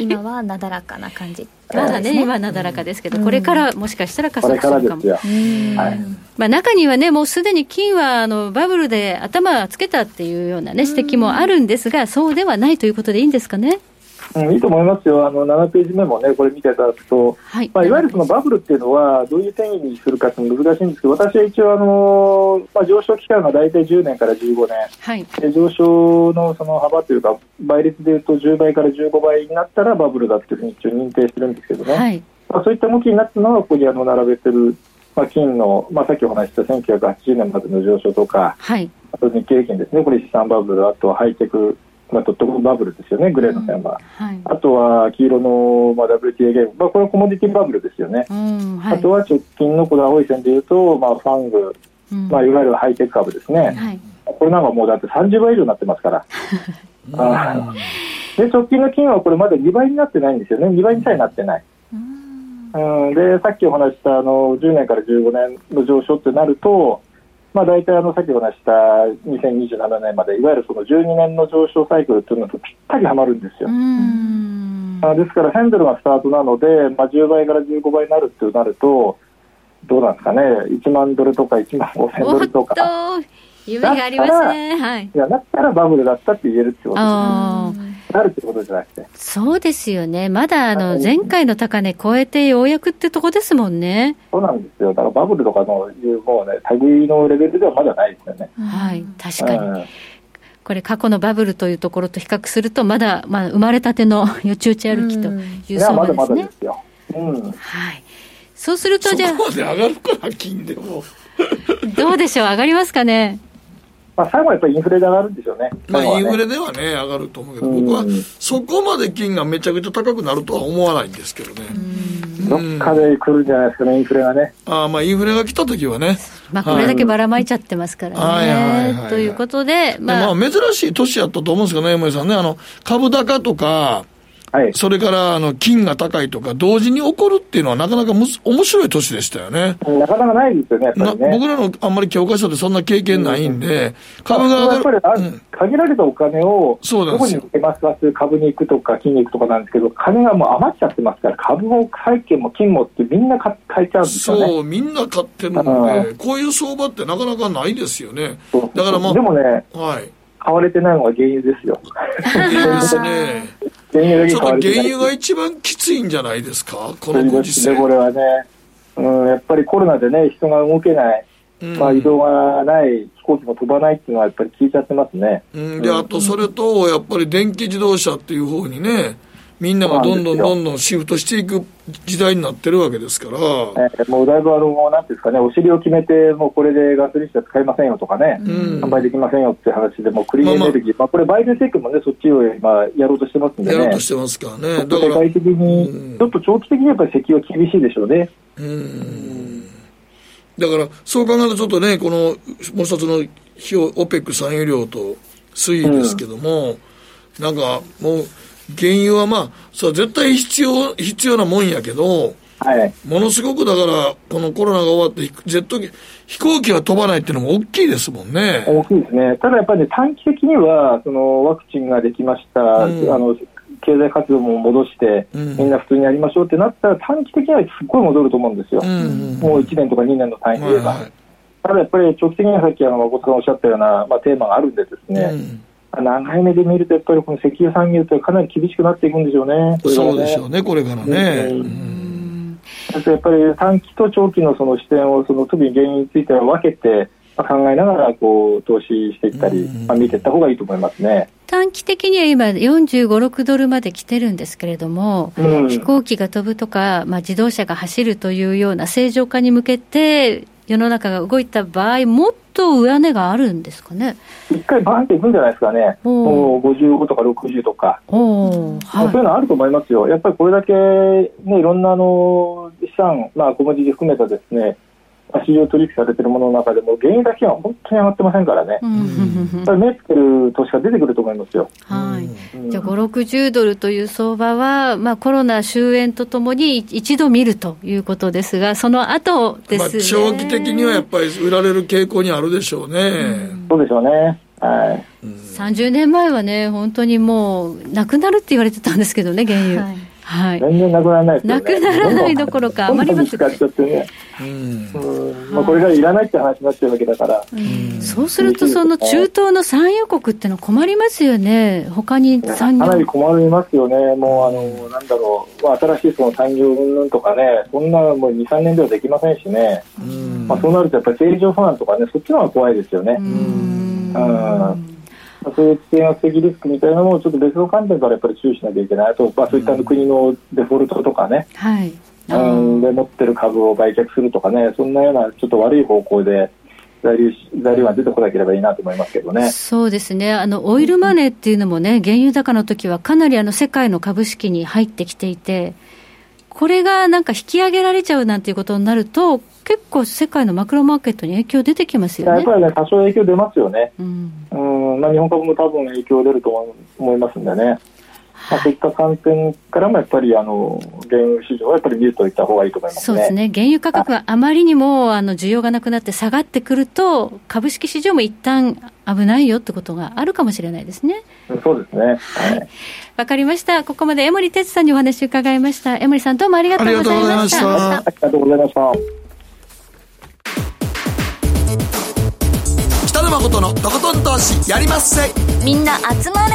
今はなだらかな感じってこまとだですね、今なだらかですけど、これからもしかしたら加こ速れすからるでかもす。よ。はい。まあ、中にはね、もうすでに金はあのバブルで頭つけたっていうようなね、指摘もあるんですが、そうではないということでいいんですかね。うん、いいと思いますよ、あの7ページ目もね、これ見ていただくと、はいまあ、いわゆるそのバブルっていうのは、どういう定義にするかっていうのは難しいんですけど、私は一応、あのまあ、上昇期間が大体10年から15年、はい。で上昇のその幅というか、倍率でいうと10倍から15倍になったらバブルだっていうふうに一応認定してるんですけどね、はいまあ、そういった向きになったのが、ここにあの並べてる、まあ、金の、まあ、さっきお話しした1980年までの上昇とか、はい。あと日経平均ですね、これ資産バブル、あとはハイテク、まあ、ドットコムバブルですよね、グレーの線は。はい。あとは黄色の、まあ、WTA ゲーム、まあ、これはコモディティバブルですよね、うん、はあとは直近のこの青い線でいうと、まあ、ファング、うんまあ、いわゆるハイテク株ですね、はい。これなんかもうだって30倍以上になってますから、あーで直近の金はこれまだ2倍になってないんですよね、2倍にさえなってない。うん、でさっきお話ししたあの10年から15年の上昇ってなると、まあ、大体あのさっきお話しした2027年までいわゆるその12年の上昇サイクルっていうのとぴったりはまるんですよ。あですからヘンドルがスタートなので、まあ、10倍から15倍になるってなるとどうなんですかね1万ドルとか1万5000おドっルとかと、夢がありますね。はい。いやだったらバブルだったって言えるってことですああ、なるってことじゃなくて。そうですよね。まだあの、前回の高値超えてようやくってとこですもんね。そうなんですよ。だからバブルとかのいう、もうね、類のレベルではまだないですよね。はい、確かに。これ過去のバブルというところと比較すると、まだ、まあ、生まれたての <laughs> よちよち歩きという相場ですね。まだまだですよ。うん。はい。そうすると、じゃあ、ここまで上がるから、金でも。どうでしょう、上がりますかね。まあ、最後はやっぱりインフレで上がるんでしょうね。まあ、最後はイねンフレではね、上がると思うけど、僕はそこまで金がめちゃくちゃ高くなるとは思わないんですけどね。どっかで来るんじゃないですかね、インフレがね。ああ、まあ、インフレが来た時はね。まあ、これだけばらまいちゃってますからね。はいはいはいはいということで、まあ、まあ、珍しい年やったと思うんですけどね、山井さんね。あの、株高とか、それから、あの、金が高いとか、同時に起こるっていうのはなかなかむず面白い年でしたよね。なかなかないですよね、やっぱなりね。僕らのあんまり教科書でそんな経験ないんで、株がまあや上っがぱる。りあ、限られたお金をそうなどんでこすによ向けますかっていう株に行くとか、金に行くとかなんですけど、金がもう余っちゃってますから、株も債券も金もって、みんな買買えちゃうんですよね。そう、みんな買ってるので、こういう相場ってなかなかないですよね。だからまあ、でもね、はい。買われてないのが原油ですよ。原油で <laughs> すね。原油だちけょっ買われてなと原い。油が一番きついんじゃないですか、このそうごで時すね世。これはね、うん、やっぱりコロナでね、人が動けない、うんまあ、移動がない、飛行機も飛ばないっていうのは、やっぱり聞いちゃってますね。うん、で、あとそれと、やっぱり電気自動車っていう方にね、みんながどんどんどんどんシフトしていく時代になってるわけですから、えーもうだいぶあの、もうなんていうんですかね、お尻を決めて、もうこれでガソリン車使いませんよとかね、販売できませんよって話で、もうクリーンエネルギー、まあこれ、バイデン政権もね、そっちを今、やろうとしてますんでやね、ろうとしてますからね。だか世ら、界的に、ちょっと長期的にやっぱり石油は厳しいでしょうね。だから、そう考えるとちょっとね、この、もう一つの費用、オペック産油量と推移ですけども、なんか、もう、原油はまあ、そう絶対必要、必要なもんやけど、ものすごくだから、このコロナが終わって、ジェット機、飛行機が飛ばないっていうのも大きいですもんね。大きいですね、ただやっぱり、ね、短期的にはそのワクチンができました、んあの経済活動も戻して、うんみんな普通にやりましょうってなったら、短期的にはすっごい戻ると思うんですよ、もう1年とか2年の単位で言えば。ただやっぱり長期的にはさっきあの誠さんおっしゃったような、まあ、テーマがあるんでですね、長い目で見ると、やっぱりこの石油産業ってかなり厳しくなっていくんでしょうね、これからねそうでしょうね、これからね。あとやっぱり短期と長期のその視点をその特に原因については分けてまあ考えながらこう投資していったり、まあ、見ていった方がいいと思いますね。短期的には今、45、6ドルまで来てるんですけれども、うん飛行機が飛ぶとか、まあ、自動車が走るというような正常化に向けて、世の中が動いた場合、もっと上値があるんですかね。一回バーンっていくんじゃないですかね、もう55とか60とか、おそういうのあると思いますよ、やっぱりこれだけ、ね、いろんなあの資産、まあ、小文字で含めたですね、まあ市場取引されてるものの中でも、原油だけは本当に上がってませんからね、やっぱり目つける投資が出てくると思いますよ。じゃあ、5、60ドルという相場は、まあ、コロナ終焉とともに一度見るということですが、その後でまあ、すね。長期的にはやっぱり売られる傾向にあるでしょうね。そうでしょうね。はい。 30年前はね、本当にもう、なくなるって言われてたんですけどね、原油。はい。全然なくならないですよなね。くならないどころか、どんどん余りま使っちゃってね。うんまあ、これがいらないって話になってるわけだから。そうすると、その中東の産油国ってのは困りますよね、他に産かなり業、困りますよね、もうあの、なんだろう、まあ、新しいその産業云々とかね、そんなもう2、3年ではできませんしね、まあ、そうなるとやっぱり政治不安とかね、そっちの方が怖いですよね。うんまあそういう地政学的リスクみたいなのも、ちょっと別の観点からやっぱり注意しなきゃいけない、あと、まあ、そういったあの国のデフォルトとかね、はい、うん、で持ってる株を売却するとかね、そんなようなちょっと悪い方向で在留し在留が出てこなければいいなと思いますけどね。そうですねあの、オイルマネーっていうのもね、原油高の時はかなりあの世界の株式に入ってきていて、これがなんか引き上げられちゃうなんていうことになると、結構、世界のマクロマーケットに影響出てきますよやっね。ぱりね、多少影響出ますよね。うん、まあ、日本株も多分影響出ると思思いますんでね。まあ、そういった観点からもやっぱりあの原油市場はやっぱり見るといった方がいいと思いますそね。うですね原油価格があまりにもあの需要がなくなって下がってくると、株式市場も一旦危ないよってことがあるかもしれないですね。うんそうですね。はいわかりました。ここまで江森哲さんにお話を伺いました。江森さんどうもありがとうございました。ありがとうございました。北野誠のとことん投資やりまっせみんな集まれ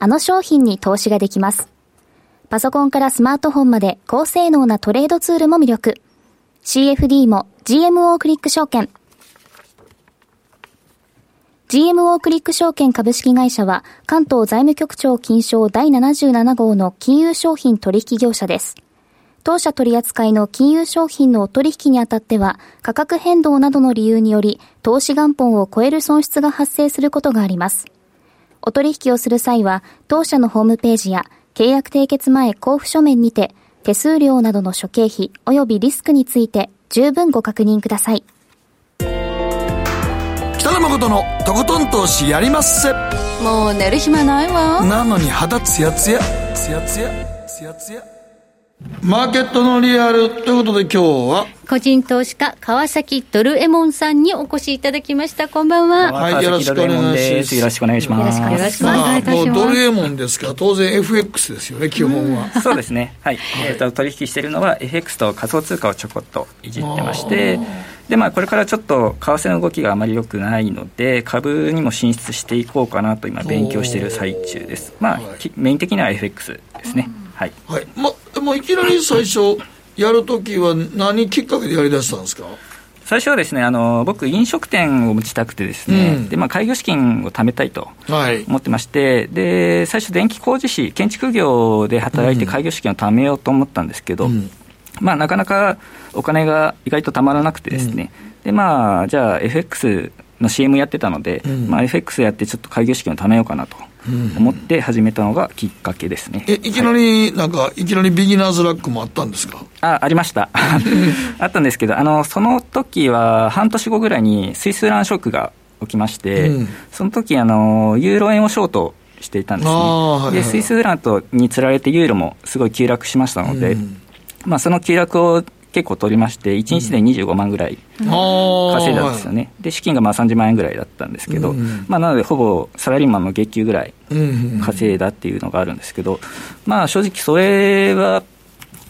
あの商品に投資ができます。パソコンからスマートフォンまで高性能なトレードツールも魅力。CFD も GMO クリック証券。GMO クリック証券株式会社は関東財務局長金賞第77号の金融商品取引業者です。当社取扱いの金融商品のお取引にあたっては価格変動などの理由により投資元本を超える損失が発生することがあります。お取引をする際は、当社のホームページや契約締結前交付書面にて、手数料などの諸経費及びリスクについて十分ご確認ください。北野誠のとことん投資やりまっせもう寝る暇ないわなのに肌ツヤツヤツヤツヤツヤツヤマーケットのリアルということで今日は個人投資家川崎ドルエモンさんにお越しいただきましたこんばんははいよろしくお願いしますよろしくお願いしますよろしくお願いいたしますもうドルエモンですから当然 FX ですよね基本は、そうですね、はいえー、と取引しているのは FX と仮想通貨をちょこっといじってましてで、まあ、これからちょっと為替の動きがあまり良くないので株にも進出していこうかなと今勉強している最中です、まあきメイン的には FX ですね、はいはいま、もういきなり最初やるときは何きっかけでやりだしたんですか最初はですねあの僕飲食店を持ちたくてですね、うんでまあ、開業資金を貯めたいとはい思ってましてで最初電気工事士建築業で働いて開業資金を貯めようと思ったんですけど、まあ、なかなかお金が意外とたまらなくてですね、でまあじゃあ FX の CM やってたので、うんまあ、FX やってちょっと開業資金を貯めようかなと思って始めたのがきっかけですね、えいきなりなんか、い、きなりビギナーズラックもあったんですかあありました <laughs> あったんですけどあのその時は半年後ぐらいにスイスランショックが起きまして、うんその時あのユーロ円をショートしていたんですね、あーはいはいでスイスランとにつられてユーロもすごい急落しましたので、うんまあ、その急落を結構取りまして1日で25万ぐらい稼稼いだんですよね、で資金がまあ30万円ぐらいだったんですけど、うんまあ、なのでほぼサラリーマンの月給ぐらい稼いだっていうのがあるんですけど、まあ、正直それは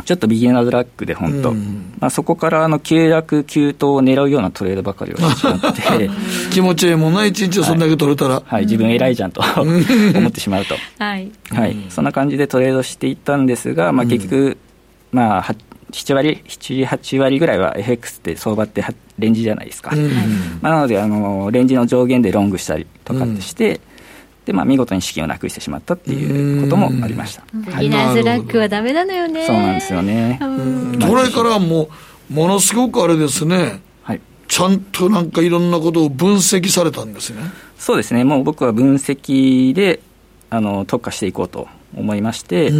ちょっとビギナーズラックで本当、まあ、そこからあの急落急騰を狙うようなトレードばかりをしてしまって <laughs> 気持ちええもんな一日をそんだけ取れたら、はい、自分偉いじゃんと <laughs> 思ってしまうと、はいはい、そんな感じでトレードしていったんですが、まあ、結局、まあ、は7割7 8割ぐらいは FX って相場ってはレンジじゃないですか、うんまあ、なのであのレンジの上限でロングしたりとかってして、でまあ、見事に資金をなくしてしまったっていうこともありました、ビギナーズラックはダメなのよねそうなんですよね、これからはもうものすごくあれですね、ちゃんとなんかいろんなことを分析されたんですねそうですねもう僕は分析であの特化していこうと思いまして、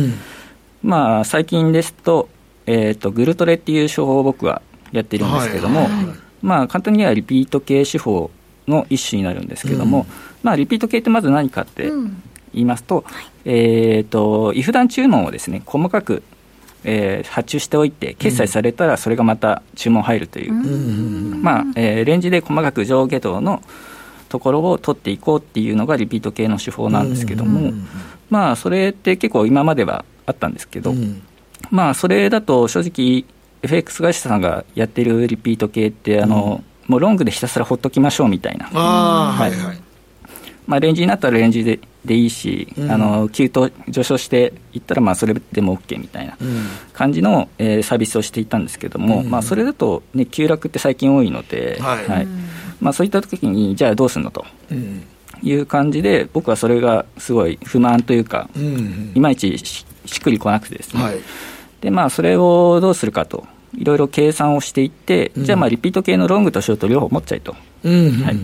まあ、最近ですと,、えー、とグルトレっていう手法を僕はやってるんですけども、はいはいまあ、簡単に言えばリピート系手法の一種になるんですけども、まあ、リピート系ってまず何かって言いますと,、えー、と違不断注文をですね細かく、えー発注しておいて決済されたらそれがまた注文入るという、まあえーレンジで細かく上下動のところを取っていこうっていうのがリピート系の手法なんですけども、まあそれって結構今まではあったんですけど、まあそれだと正直 FX 会社さんがやってるリピート系ってあの、もうロングでひたすらほっときましょうみたいなああはいはいまあ、レンジになったらレンジででいいし、うんあの急騰上昇していったらまあそれでも OK みたいなうん感じの、えーサービスをしていたんですけども、うんまあ、それだと、ね、急落って最近多いので、はいまあ、そういった時にじゃあどうするのとうんいう感じで僕はそれがすごい不満というか、うんいまいちししっくりこなくてですね、はいでまあ、それをどうするかといろいろ計算をしていって、じゃあまあリピート系のロングとショート両方持っちゃいと。うんはい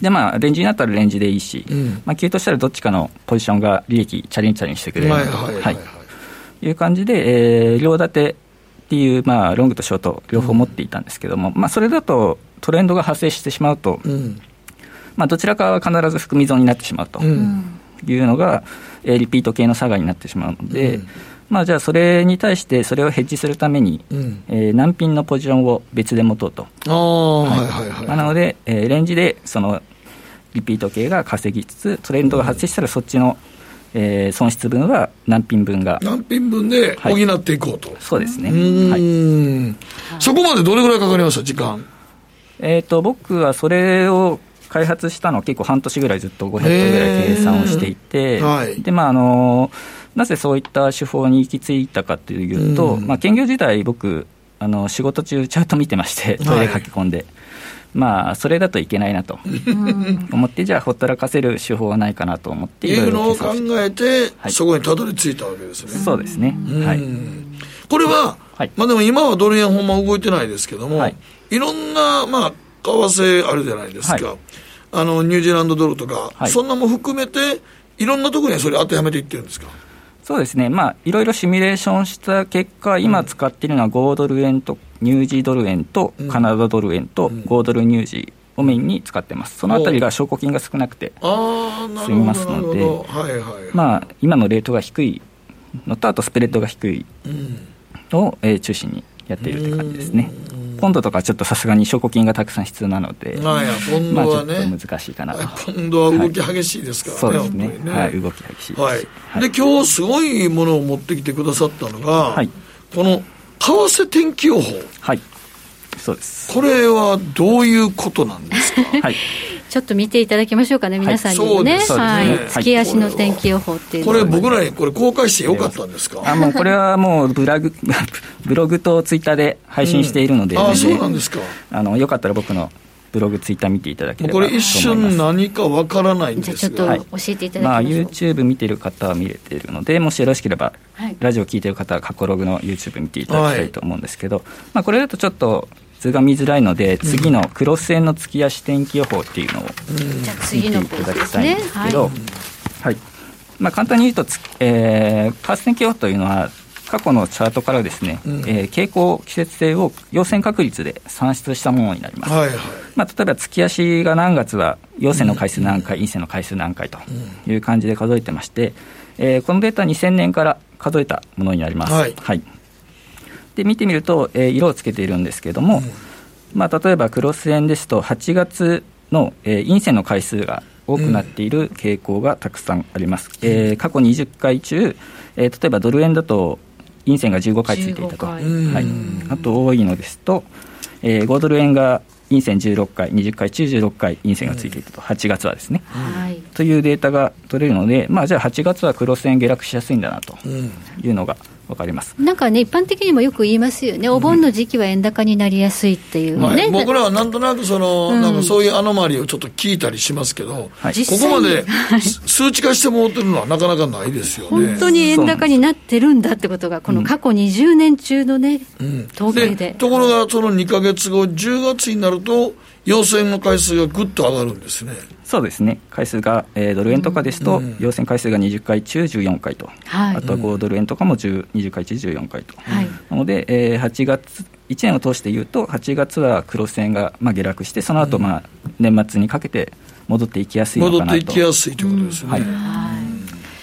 でまあ、レンジになったらレンジでいいし、うんまあ、急騰したらどっちかのポジションが利益チャリンチャリンしてくれるはないと、はいはいはいいう感じで、えー両立てっていう、まあ、ロングとショート両方持っていたんですけども、まあ、それだとトレンドが発生してしまうと、うんまあ、どちらかは必ず含み損になってしまうと、うんいうのが、えー、リピート系の差がになってしまうので、うん、まあ、じゃあそれに対してそれをヘッジするために、うん、えー、難品のポジションを別で持とうと。あはいはいはい、なので、えー、レンジでそのリピート系が稼ぎつつトレンドが発生したらそっちの、えー、損失分は何品分が何品分で補っていこうと、はい、そうですねはい、そこまでどれぐらいかかりました時間えっ、ー、と僕はそれを開発したのは結構半年ぐらいずっと5ヘッドぐらい計算をしていて、はい、でまああのなぜそういった手法に行き着いたかというと、まあ、兼業時代僕あの仕事中チャート見てましてトイレ書き込んで、はいまあ、それだといけないなと思って、 <laughs> じゃあ、ほったらかせる手法はないかなと思って、いろいろを考えて、はい、そこにたどり着いたわけですね。そうですね。はい、これは、はい、まあでも今はドル円ほんま動いてないですけども、はい、いろんな、まあ、為替あるじゃないですか、あのニュージーランドドルとか、そんなも含めて、いろんなところにそれ当てはめていってるんですかそうですね、まあ、いろいろシミュレーションした結果、今使っているのは5ドル円と、ニュージードル円と、カナダドル円と、5ドルニュージーをメインに使ってます、そのあたりが証拠金が少なくて済みますので、はいはいまあ、今のレートが低いのと、あとスプレッドが低いのを、えー、中心にやっているという感じですね。ポンドとかちょっとさすがに証拠金がたくさん必要なので、まあ、ポンドはね、まあ、難しいかなポンドは動き激しいですからね、はい、そうですね、ね、はい、動き激しいです、はいはい、で今日すごいものを持ってきてくださったのが、はい、この為替天気予報、はい、そうですこれはどういうことなんですか、はい、ちょっと見ていただきましょうかね、皆さんにもね、はいね、月足の天気予報っていうこれ、僕らにこれ、公開してよかったんですかあもうこれはもうブラグ、 <laughs> ブログとツイッターで配信しているので、うん、あそうなんですかあのよかったら僕のブログ、ツイッター見ていただければこれ、一瞬何かわからないんですが、はい、教えていただきましょう、まあ、 YouTube 見てる方は見れているので、もしよろしければ、はい、ラジオ聞いてる方は、過去ログの YouTube 見ていただきたいと思うんですけど、はい、まあ、これだとちょっと図が見づらいので、次のクロス線の月足天気予報っていうのを見ていただきたいんですけど、うんね、はいまあ、簡単に言うと、えー、為替天気予報というのは、過去のチャートからですね、うん、えー、傾向、季節性を陽線確率で算出したものになります。はいはい、まあ、例えば月足が何月は陽線の回数何回、陰、う、線、ん、の回数何回という感じで数えてまして、えー、このデータは2000年から数えたものになります。はい、はい、で見てみると、えー、色をつけているんですけれども、うん、まあ、例えばクロス円ですと、8月の、えー、陰線の回数が多くなっている傾向がたくさんあります。うん、えー、過去20回中、えー、例えばドル円だと陰線が15回ついていたと、はい、あと多いのですと、えー、5ドル円が陰線16回、20回中16回陰線がついていたと、うん、8月はですね、はい、というデータが取れるので、まあ、じゃあ8月はクロス円下落しやすいんだなというのが。わかりますなんかね、一般的にもよく言いますよね、お盆の時期は円高になりやすいっていうね、、はい僕らはなんとなくその、うん、なんかそういうアノマリーをちょっと聞いたりしますけど、はい、ここまで数値化してもってるのはなかなかないですよね本当に円高になってるんだってことが、この過去20年中のね、うん、統計でところが、その2か月後、10月になると、陽線の回数がぐっと上がるんですね。そうですね回数が、えー、ドル円とかですと、うん、陽線回数が20回中14回と、はい、あとは5ドル円とかも20回中14回と、はい、なので、えー、8月、1年を通していうと、8月はクロス円が、まあ、下落して、その後、まあ年末にかけて戻っていきやすいのかなと戻っていきやすいということですね、はい、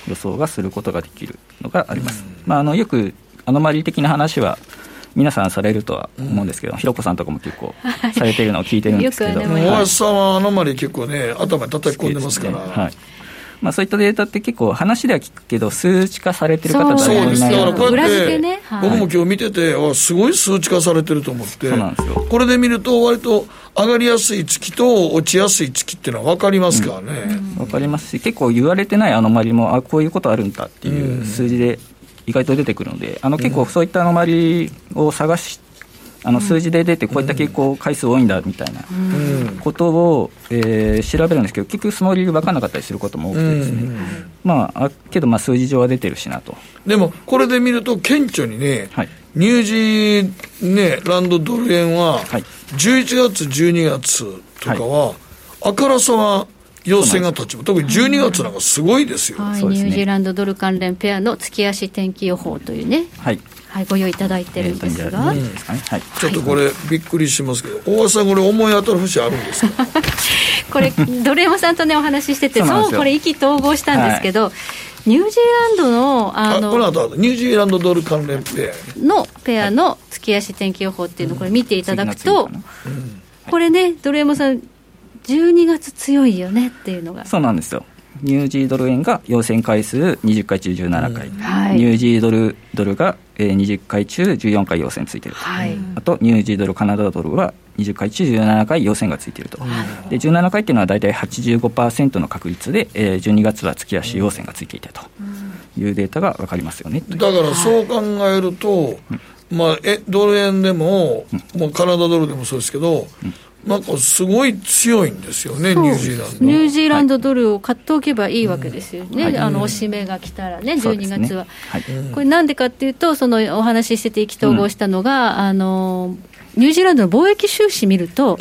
予想がすることができるのがあります。まあ、あのよくアノマリ的な話は皆さんされるとは思うんですけど、うん、ひろこさんとかも結構されてるのを聞いてるんですけど、はい、大橋さんはあのまり結構ね、頭に叩き込んでますから。ね、はいまあ、そういったデータって結構話では聞くけど数値化されてる方そうですだからこうやって、ねはい、僕も今日見ててあすごい数値化されてると思ってこれで見ると割と上がりやすい月と落ちやすい月っていうのは分かりますからね、うん、分かりますし結構言われてないアノマリもあこういうことあるんだっていう数字で、うん意外と出てくるので、あの結構そういったアノマリを探し、あの数字で出て、こういった傾向、回数多いんだみたいなことを、えー、調べるんですけど、結局、その理由分からなかったりすることも多くてですね、まあ、けど、数字上は出てるしなと。でも、これで見ると、顕著にね、はい、ニュージー、ね、ランドドル円は、11月、12月とかは、はい、あからさま、陽線が立ち特に12月なんかすごいですよ、はいはい、ニュージーランドドル関連ペアの月足天気予報というね。はいはい、ご用意いただいてるんですが、ちょっとこれ、びっくりしますけど、大橋さん、これ、思い当たる節あるんですかこれ、ドレ山さんとね、お話ししてて、そうなんそう、ですよこれ、意気投合したんですけど、ニュージーランドのああのこの後ニュージーランドドル関連ペアやねのペアの月足天気予報っていうのをこれ見ていただくと、これね、ドル山さん、12月強いよねっていうのが、そうなんですよ。ニュージードル円が要選回数20回中17回、はいニュージードルドルがえー20回中14回要選ついてると、はいあとニュージードルカナダドルは20回中17回要選がついてると、で17回っていうのは大体85%の確率で、えー12月は月足要選がついていたというデータが分かりますよねというだからそう考えると、まあ、えドル円でも、もうカナダドルでもそうですけど、なんかすごい強いんですよね、ニュージーランド。ニュージーランドドルを買っておけばいいわけですよね、はいあのおしめが来たらね、そうで12すね月は。はいこれなんでかっていうと、そのお話ししてて意気投合したのが、あのニュージーランドの貿易収支見ると、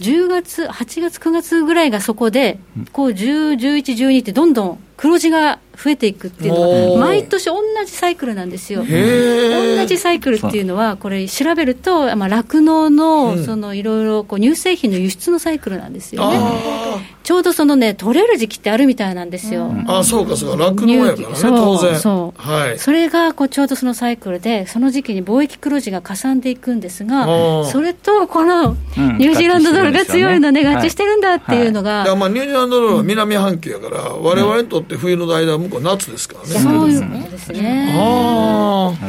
10月、8月、9月ぐらいがそこで、こう10、11、12ってどんどん黒字が増えていくっていうのおーが、毎年同じサイクルなんですよ。ー同じサイクルっていうのは、これ、調べると、まあ酪農のうんそのいろいろこう乳製品の輸出のサイクルなんですよねあ。ちょうどそのね、取れる時期ってあるみたいなんですよ。あそうか、そうか、酪農やからね、当然。そうはい。それがこうちょうどそのサイクルで、その時期に貿易黒字がかさんでいくんですがあー、それとこのうんニュージーランドドルが強いのね、合合致致ししててるるんんでだっていうのだが、からまあニュージーランドドルは南半球やから、我々にとって冬の間は向こう夏ですからね。そういうことですね。ああ、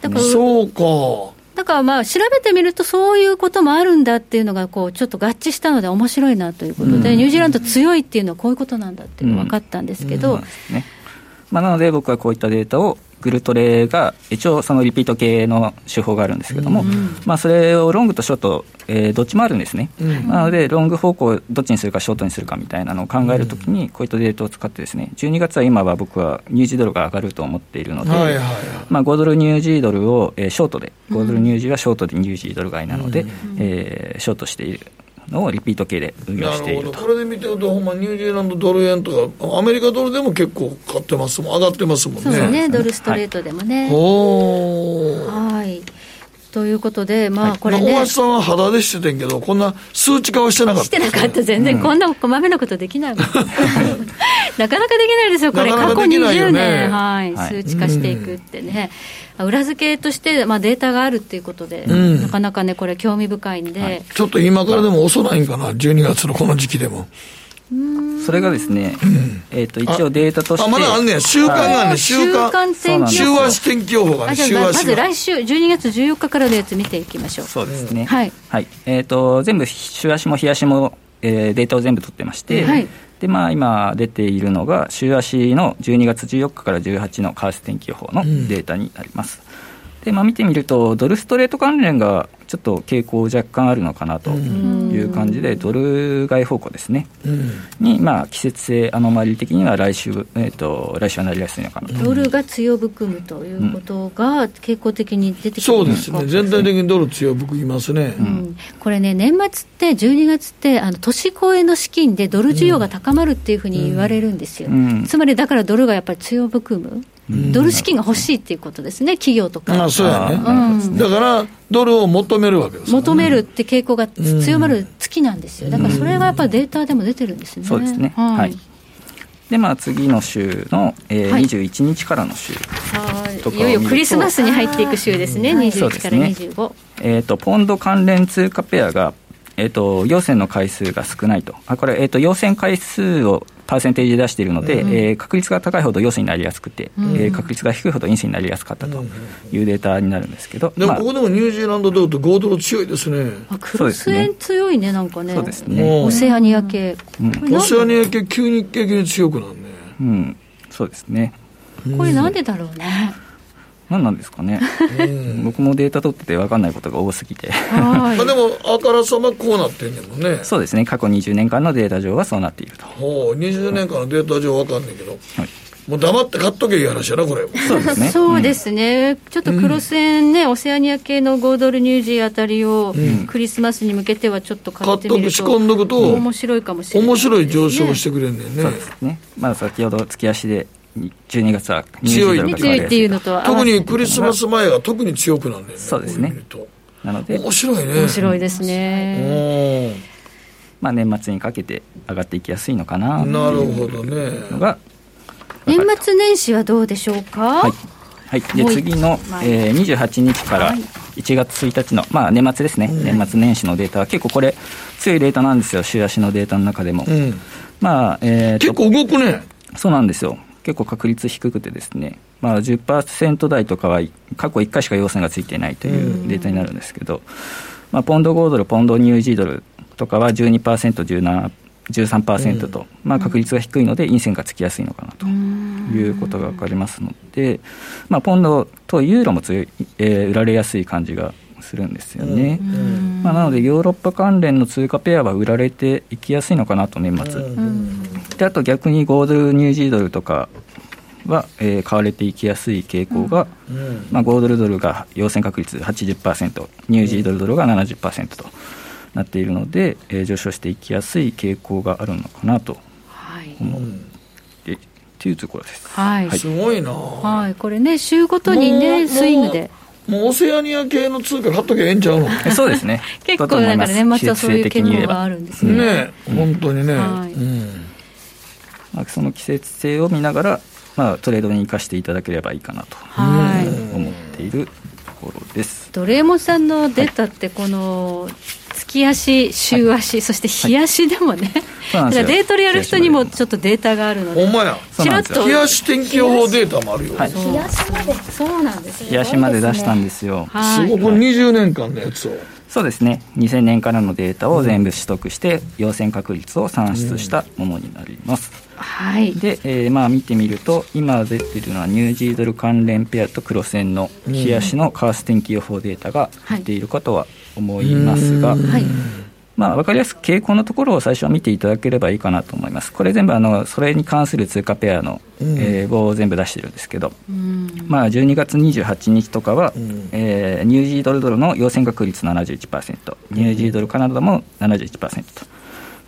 だからそうか。だからまあ調べてみると、そういうこともあるんだっていうのがこう、ちょっと合致したので、面白いなということで、うんニュージーランド強いっていうのはこういうことなんだっていうのが分かったんですけど、ねまあ、なので僕はこういったデータをグルトレが一応そのリピート系の手法があるんですけども、まあ、それをロングとショート、えーどっちもあるんですね、うんなのでロング方向をどっちにするかショートにするかみたいなのを考えるときにこういったデータを使ってですね12月は今は僕はニュージードルが上がると思っているので、はいはいはいまあ、5ドルニュージードルを、えーショートで5ドルニュージーはショートでニュージードル買いなので、えーショートしているのをリピート系で運用なしているるほど。これで見てると、ほんまニュージーランドドル円とか、アメリカドルでも結構買ってますもん、上がってますもんそうですね、ドルストレートでもね。おはいということで、まあ、これ大ね、橋さんは肌でしててんけど、こんな数値化はしてなかった。してなかった、全然、うんこんなこまめなことでき <laughs> ないもんなかなかできないですよ、これ、なかな過去かできないよ20ね年、はい、はい数値化していくってね、裏付けとして、まあ、データがあるっていうことで、うんなかなかね、これ、興味深いんで、ちょっと今からでも遅ないんかな、12月のこの時期でも。それがですね、えっ、と、一応データとして。あまだあんねん週間があんねんはい週間週間天気週予報足天気予報があね、じゃあ週まま足ずが。来週、12月14日からのやつ見ていきましょう。そうですね。はい。はい。えっ、と、全部、週足も日足も、えーデータを全部取ってまして、はいで、まあ、今出ているのが、週足の12月14日から18の為替天気予報のデータになります。で、まあ、見てみると、ドルストレート関連が、ちょっと傾向若干あるのかなという感じで、ドル買い方向ですね。に、まあ、季節性アノマリー的には来週、えっ、と、来週はなりやすいのかなと。ドルが強含むということが傾向的に出てきてそうまですね、全体的にドル強い、僕いますね。これね、年末って、12月って、あの年越えの資金でドル需要が高まるっていうふうに言われるんですよ、うんうんつまりだからドルがやっぱり強含む、ドル資金が欲しいっていうことですね、企業とか。あそうやね、うんだから、ドルを求めるわけです。求めるって傾向がうん強まる月なんですよ、だからそれがやっぱデータでも出てるんですね。そうですね。はいはい。で、まあ、次の週の、えーはい21日からの週。はいとかを見るといよいよクリスマスに入っていく週ですね、そ21うでかすらね25。えっ、と、ポンド関連通貨ペアが、えっ、と、要選の回数が少ないと。あ、これ、えっ、と、要選回数をパーセンテージで出しているので、うんえー確率が高いほど要選になりやすくて、うんえー確率が低いほど陰性になりやすかったというデータになるんですけど、でも、まあここでもニュージーランドドルと5ドル強いですね。クロス円強いね、なんかね、そうですねオセアニア系、これなんオセアニア系、急に経験強くなるね。うん、そうですね。これなんでだろうね。何なんですかね。僕もデータ取ってて分かんないことが多すぎて。まあでも、あからさまこうなってんねんもんね。そうですね。過去20年間のデータ上はそうなっていると。ほう、20年間のデータ上わかんねんけど、もう黙って買っとけいう話やな、これ。そうです <laughs> ねそうですね、ちょっとクロス円ね、オセアニア系の5ドルニュージーあたりを、うんクリスマスに向けてはちょっと買ってみると、買っとく仕込んどくと面白いかもしれない、面白い上昇してくれんねんね。そうですね。まあ先ほど月足で12月は強い強いっていうのと特にクリスマス前は特に強くなんだよねそうですねなので面白いね面白いですねまあ年末にかけて上がっていきやすいのかななるほどねのが年末年始はどうでしょうかはい、はい、で次の、えー、28日から1月1日の、まあ、年末ですね、うん、年末年始のデータは結構これ強いデータなんですよ週足のデータの中でも、うん、まあ、えー、結構動くねそうなんですよ結構確率低くてですね、まあ10、10%台とかは過去1回しか陽線がついていないというデータになるんですけど、うん、まあ、ポンド5ドルポンドニュージードルとかは 12%17% 13%と、うん、まあ、確率が低いので、陰線がつきやすいのかなということが分かりますので、まあ、ポンドとユーロも強い、えー、売られやすい感じがするんですよね、まあ、なので、ヨーロッパ関連の通貨ペアは売られていきやすいのかなと、年末。であと逆に5ドル、ニュージードルとかは、えー、買われていきやすい傾向が、まあ、5ドルドルが陽線確率80%、ニュージードルドルが70%と。なっているので、えー、上昇していきやすい傾向があるのかなと思って、はい、っていうところです。はい、はい、すごいな。はい、これね週ごとにねスイングで。もうオセアニア系の通貨買っときゃええんちゃうのそうですね <laughs> 結構だから年末はそういう傾向があるんですねね、うん、本当にね、はいうんまあ、その季節性を見ながら、まあ、トレードに生かしていただければいいかなと思っているところですドレーモさんのデータってこの、月足、週足、はい、そして日足でもね、はい、デートでやる人にもちょっとデータがあるので、ほんまや、ちらっと日足天気予報データもあるよ、はい、日足まで、そうなんです、日足まで出したんですよ、すごい、これ20年間のやつを。そうですね2000年からのデータを全部取得して、陽線確率を算出したものになります、うん、はいで、えー、まあ見てみると今出てるのはニュージードル関連ペアと黒線の日足の為替天気予報データが出ているかとは思いますが、はい、まあ、分かりやすく傾向のところを最初は見ていただければいいかなと思います。これ全部あのそれに関する通貨ペアの、うん、えー、棒を全部出してるんですけど、うん、まあ、12月28日とかは、うん、えー、ニュージードルドルの陽線確率71%、ニュージードルカナダも71%と。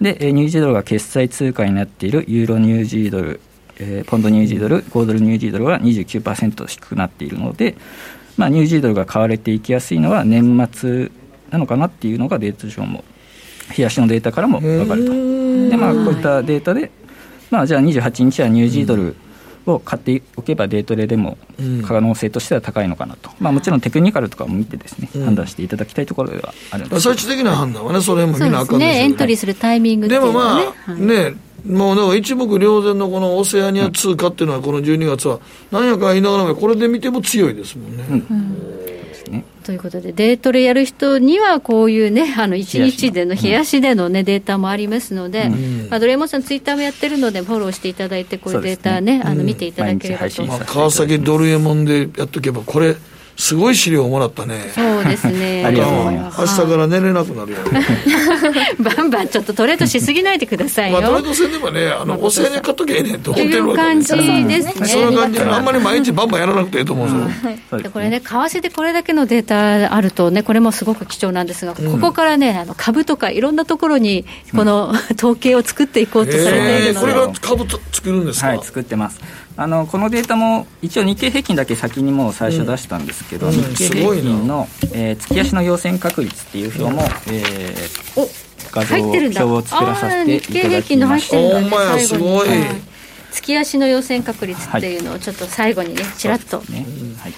で、えー、ニュージードルが決済通貨になっているユーロニュージードル、えー、ポンドニュージードル、5ドルニュージードルは29%低くなっているので、まあ、ニュージードルが買われていきやすいのは年末なのかなっていうのがデータ上も日足のデータからも分かるとで、まあ、こういったデータで、まあ、じゃあ28日はニュージードルを買っておけばデートレでも可能性としては高いのかなと、まあ、もちろんテクニカルとかも見てですね、うん、判断していただきたいところではあるんです最終的な判断はねそれも見なあかんね、ね、エントリーするタイミング、ね、でもまあ、はい、ねもうだから一目瞭然のこのオセアニア通貨っていうのはこの12月はなんやか言いながらもこれで見ても強いですもんね、うんね、ということで、デートレやる人には、こういうね、あの1日での、冷やしでのね、ね、うん、データもありますので、うんまあ、ドレモンさん、ツイッターもやってるので、フォローしていただいて、こういうデータね、ねあの見ていただければと、うん、まあ、川崎ドルエモンでやっとけば、これ、すごい資料をもらったね。そうですね。 <laughs> ありがとうございます。明日から寝れなくなるよ、ね。 <laughs> バンバンちょっとトレードしすぎないでくださいよ。まあ、トレード戦でもね、あの、お世話に買っときゃええねんと思ってるわけ、ね、という感じですね。その感じ、あんまり毎日バンバンやらなくていいと思うぞ。はい、これね、為替でこれだけのデータあるとね、これもすごく貴重なんですが、うん、ここからね、あの株とかいろんなところに、この、うん、統計を作っていこうとされているので。これが株作るんですかはい、作ってます。あのこのデータも一応日経平均だけ先にもう最初出したんですけど、うん、日経平均の、えー、月足の陽線確率っていう表も、うん、えー、画像表を作らさせていただきましたほんまやすごい月足の陽線確率っていうのをちょっと最後にねちらっと、ね、はい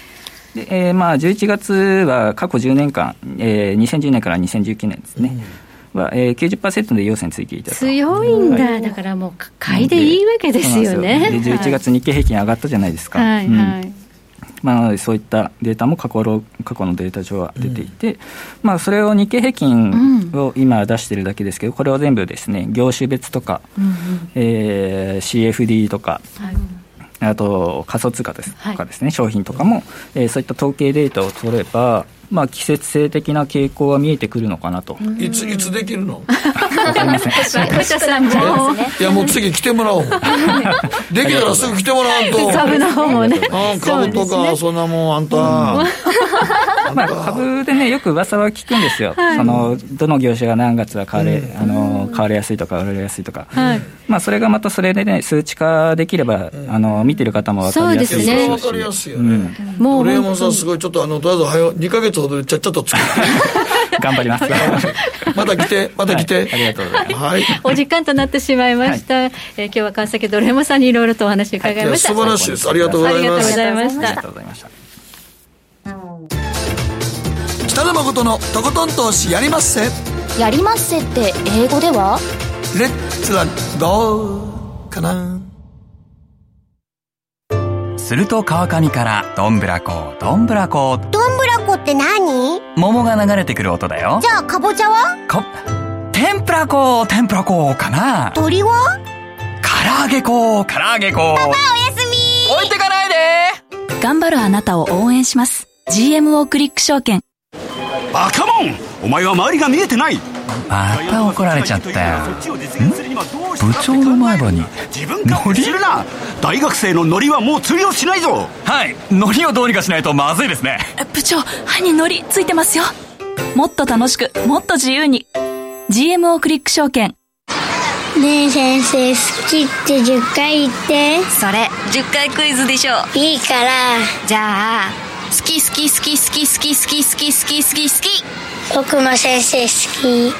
でえーまあ、11月は過去10年間、えー、2010年から2019年ですね、うんは、えー、90%で要請についていた強いんだ、はい、だからもう買いでいいわけですよねで,で11月日経平均上がったじゃないですか、はい、うん、まあ、なのでそういったデータも過去過去のデータ上は出ていて、うん、まあ、それを日経平均を今出してるだけですけど、これを全部ですね業種別とか、うんうん、えー、CFD とか、はいあと仮想通貨ですとかですね、はい、商品とかも、えー、そういった統計データを取れば、まあ、季節性的な傾向は見えてくるのかなと。いついつできるのわかりません。 <laughs> さんも。いや、もう次来てもらおう。できたらすぐ来てもらわんと。株の方もね。株とか、そんなもん、あんた。まあ、株でね、よく噂は聞くんですよ、はいそのどの業種が何月は買われ,、あの買われやすいとか、売られやすいとか、はいまあ、それがまたそれでね、数値化できれば、あの見てる方も分かりやすいいやそれはで分かりやすし、すいよね。もう鳥山さんすごい、ちょっとあの、とりあえずはよ、2ヶ月ほどでちゃっちゃと作って。頑張ります。また来て、また来て。ありがとうございます。はい。お時間となってしまいました、えー今日は川崎ドレモさんにいろいろとお話伺いましたいや素晴らしいですありがとうございまありがとうごすざいましありたがとうございました北野誠のとことん投資やりまっせやりまっせって英語ではレッツはどうかなすると川上からどんぶらこどんぶらこどんぶらこって何桃が流れてくる音だよじゃあかぼちゃはこ天ぷらこ天ぷらこかな鳥は唐揚げこ唐揚げこ置いてかないで頑張るあなたを応援します。GMO クリック証券。バカモンお前は周りが見えてないまた怒られちゃったよん部長の前歯にノリするな大学生のノリはもう通用しないぞはい海苔をどうにかしないとまずいですねえ部長、歯に糊ついてますよ。もっと楽しく、もっと自由に。GMO クリック証券。ねえ先生好きって10回言ってそれ10回クイズでしょいいからじゃあ好き好き好き好き好き好き好き好き好き好き僕も先生好き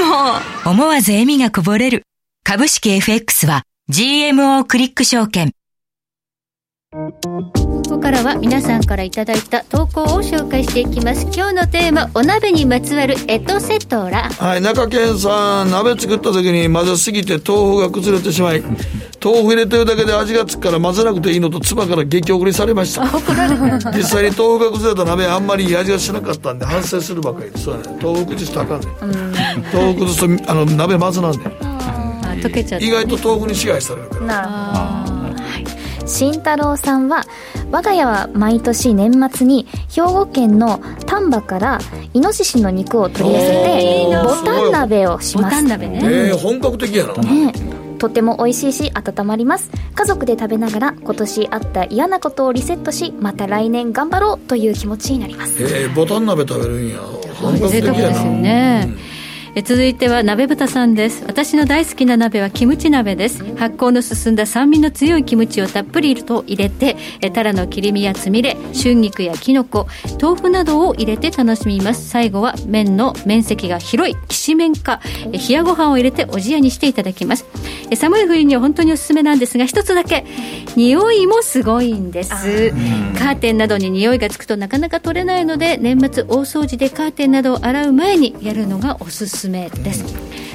えもう思わず笑みがこぼれる。株式 FX は GMO クリック証券。ここからは皆さんからいただいた投稿を紹介していきます今日のテーマお鍋にまつわるエトセトラはい、中堅さん、鍋作った時に混ぜすぎて豆腐が崩れてしまい、豆腐入れてるだけで味がつくから混ぜなくていいのと妻から激怒りされました。実際に豆腐が崩れた鍋あんまりいい味がしなかったんで反省するばかりです。そうだね。豆腐崩したらあかんね。豆腐崩すと、あの、鍋まずなんで。あ溶けちゃった意外と豆腐に支配されるから。なるほどはい慎太郎さんは我が家は毎年年末に兵庫県の丹波からイノシシの肉を取り寄せておーボタン鍋をしますボタン鍋ねえー本格的やなねえとても美味しいし温まります家族で食べながら今年あった嫌なことをリセットしまた来年頑張ろうという気持ちになりますえー、ボタン鍋食べるんや。本格的贅沢やですよな。ね、え続いては鍋豚さんです私の大好きな鍋はキムチ鍋です発酵の進んだ酸味の強いキムチをたっぷりと入れてえタラの切り身やつみれ春菊やきのこ豆腐などを入れて楽しみます最後は麺の面積が広いきしめんかえ冷やご飯を入れておじやにしていただきますえ寒い冬には本当におすすめなんですが一つだけ匂いもすごいんですカーテンなどに匂いがつくとなかなか取れないので年末大掃除でカーテンなどを洗う前にやるのがおすすめです、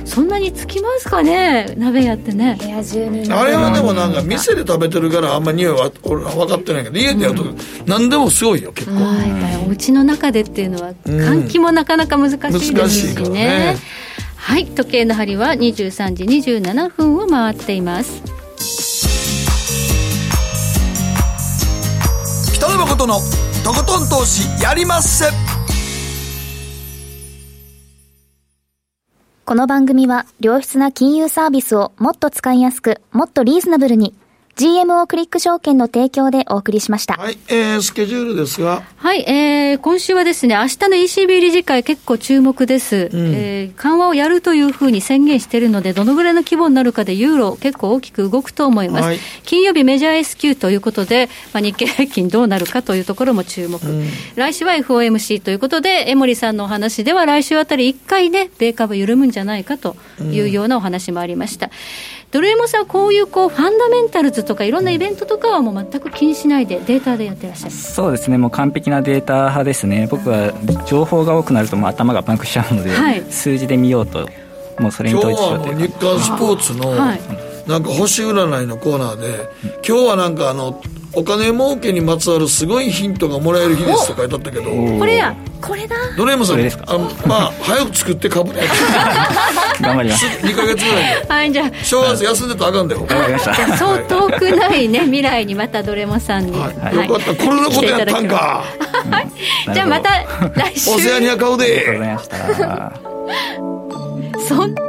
そんなにつきますかね鍋やってね部屋中にあれはでもなんか店で食べてるからあんま匂いは俺は分かってないけど家でやると何でもすごいよ結構はいだからお家の中でっていうのは換気もなかなか難しいで難すしいしからねねはい時計の針は23時27分を回っています北野誠のとことん投資やりまっせこの番組は良質な金融サービスをもっと使いやすくもっとリーズナブルに GMO クリック証券の提供でお送りしました、えー、スケジュールですがはい、えー今週はですね、明日の ECB 理事会、結構注目です、うんえー緩和をやるというふうに宣言しているので、どのぐらいの規模になるかで、ユーロ、結構大きく動くと思います、はい金曜日、メジャー S q ということで、まあ、日経平均どうなるかというところも注目、来週は FOMC ということで、江森さんのお話では、来週あたり1回ね、米株緩むんじゃないかというようなお話もありました。ドルエモさんはこういうこうファンダメンタルズとかいろんなイベントとかはもう全く気にしないでデータでやってらっしゃるそうですねもう完璧なデータ派ですね僕は情報が多くなるともう頭がパンクしちゃうので、はい数字で見ようともうそれ今に日統一しよはうともいううか日刊スポーツのはいなんか星占いのコーナーで今日はなんかあのお金儲けにまつわるすごいヒントがもらえる日ですとか書いてあったけどこれやこれだドレイモンさんあまあ早く作ってかぶれ <laughs> 頑張 <laughs> ります2ヶ月ぐらいではいじゃあ正月休んでたらあかんだよ頑張りましたじゃあそう遠くないね未来にまたどれもさんに、はいよかったこれのことやったんかじゃあまた来週お世話には買うでありがとうございましたそんな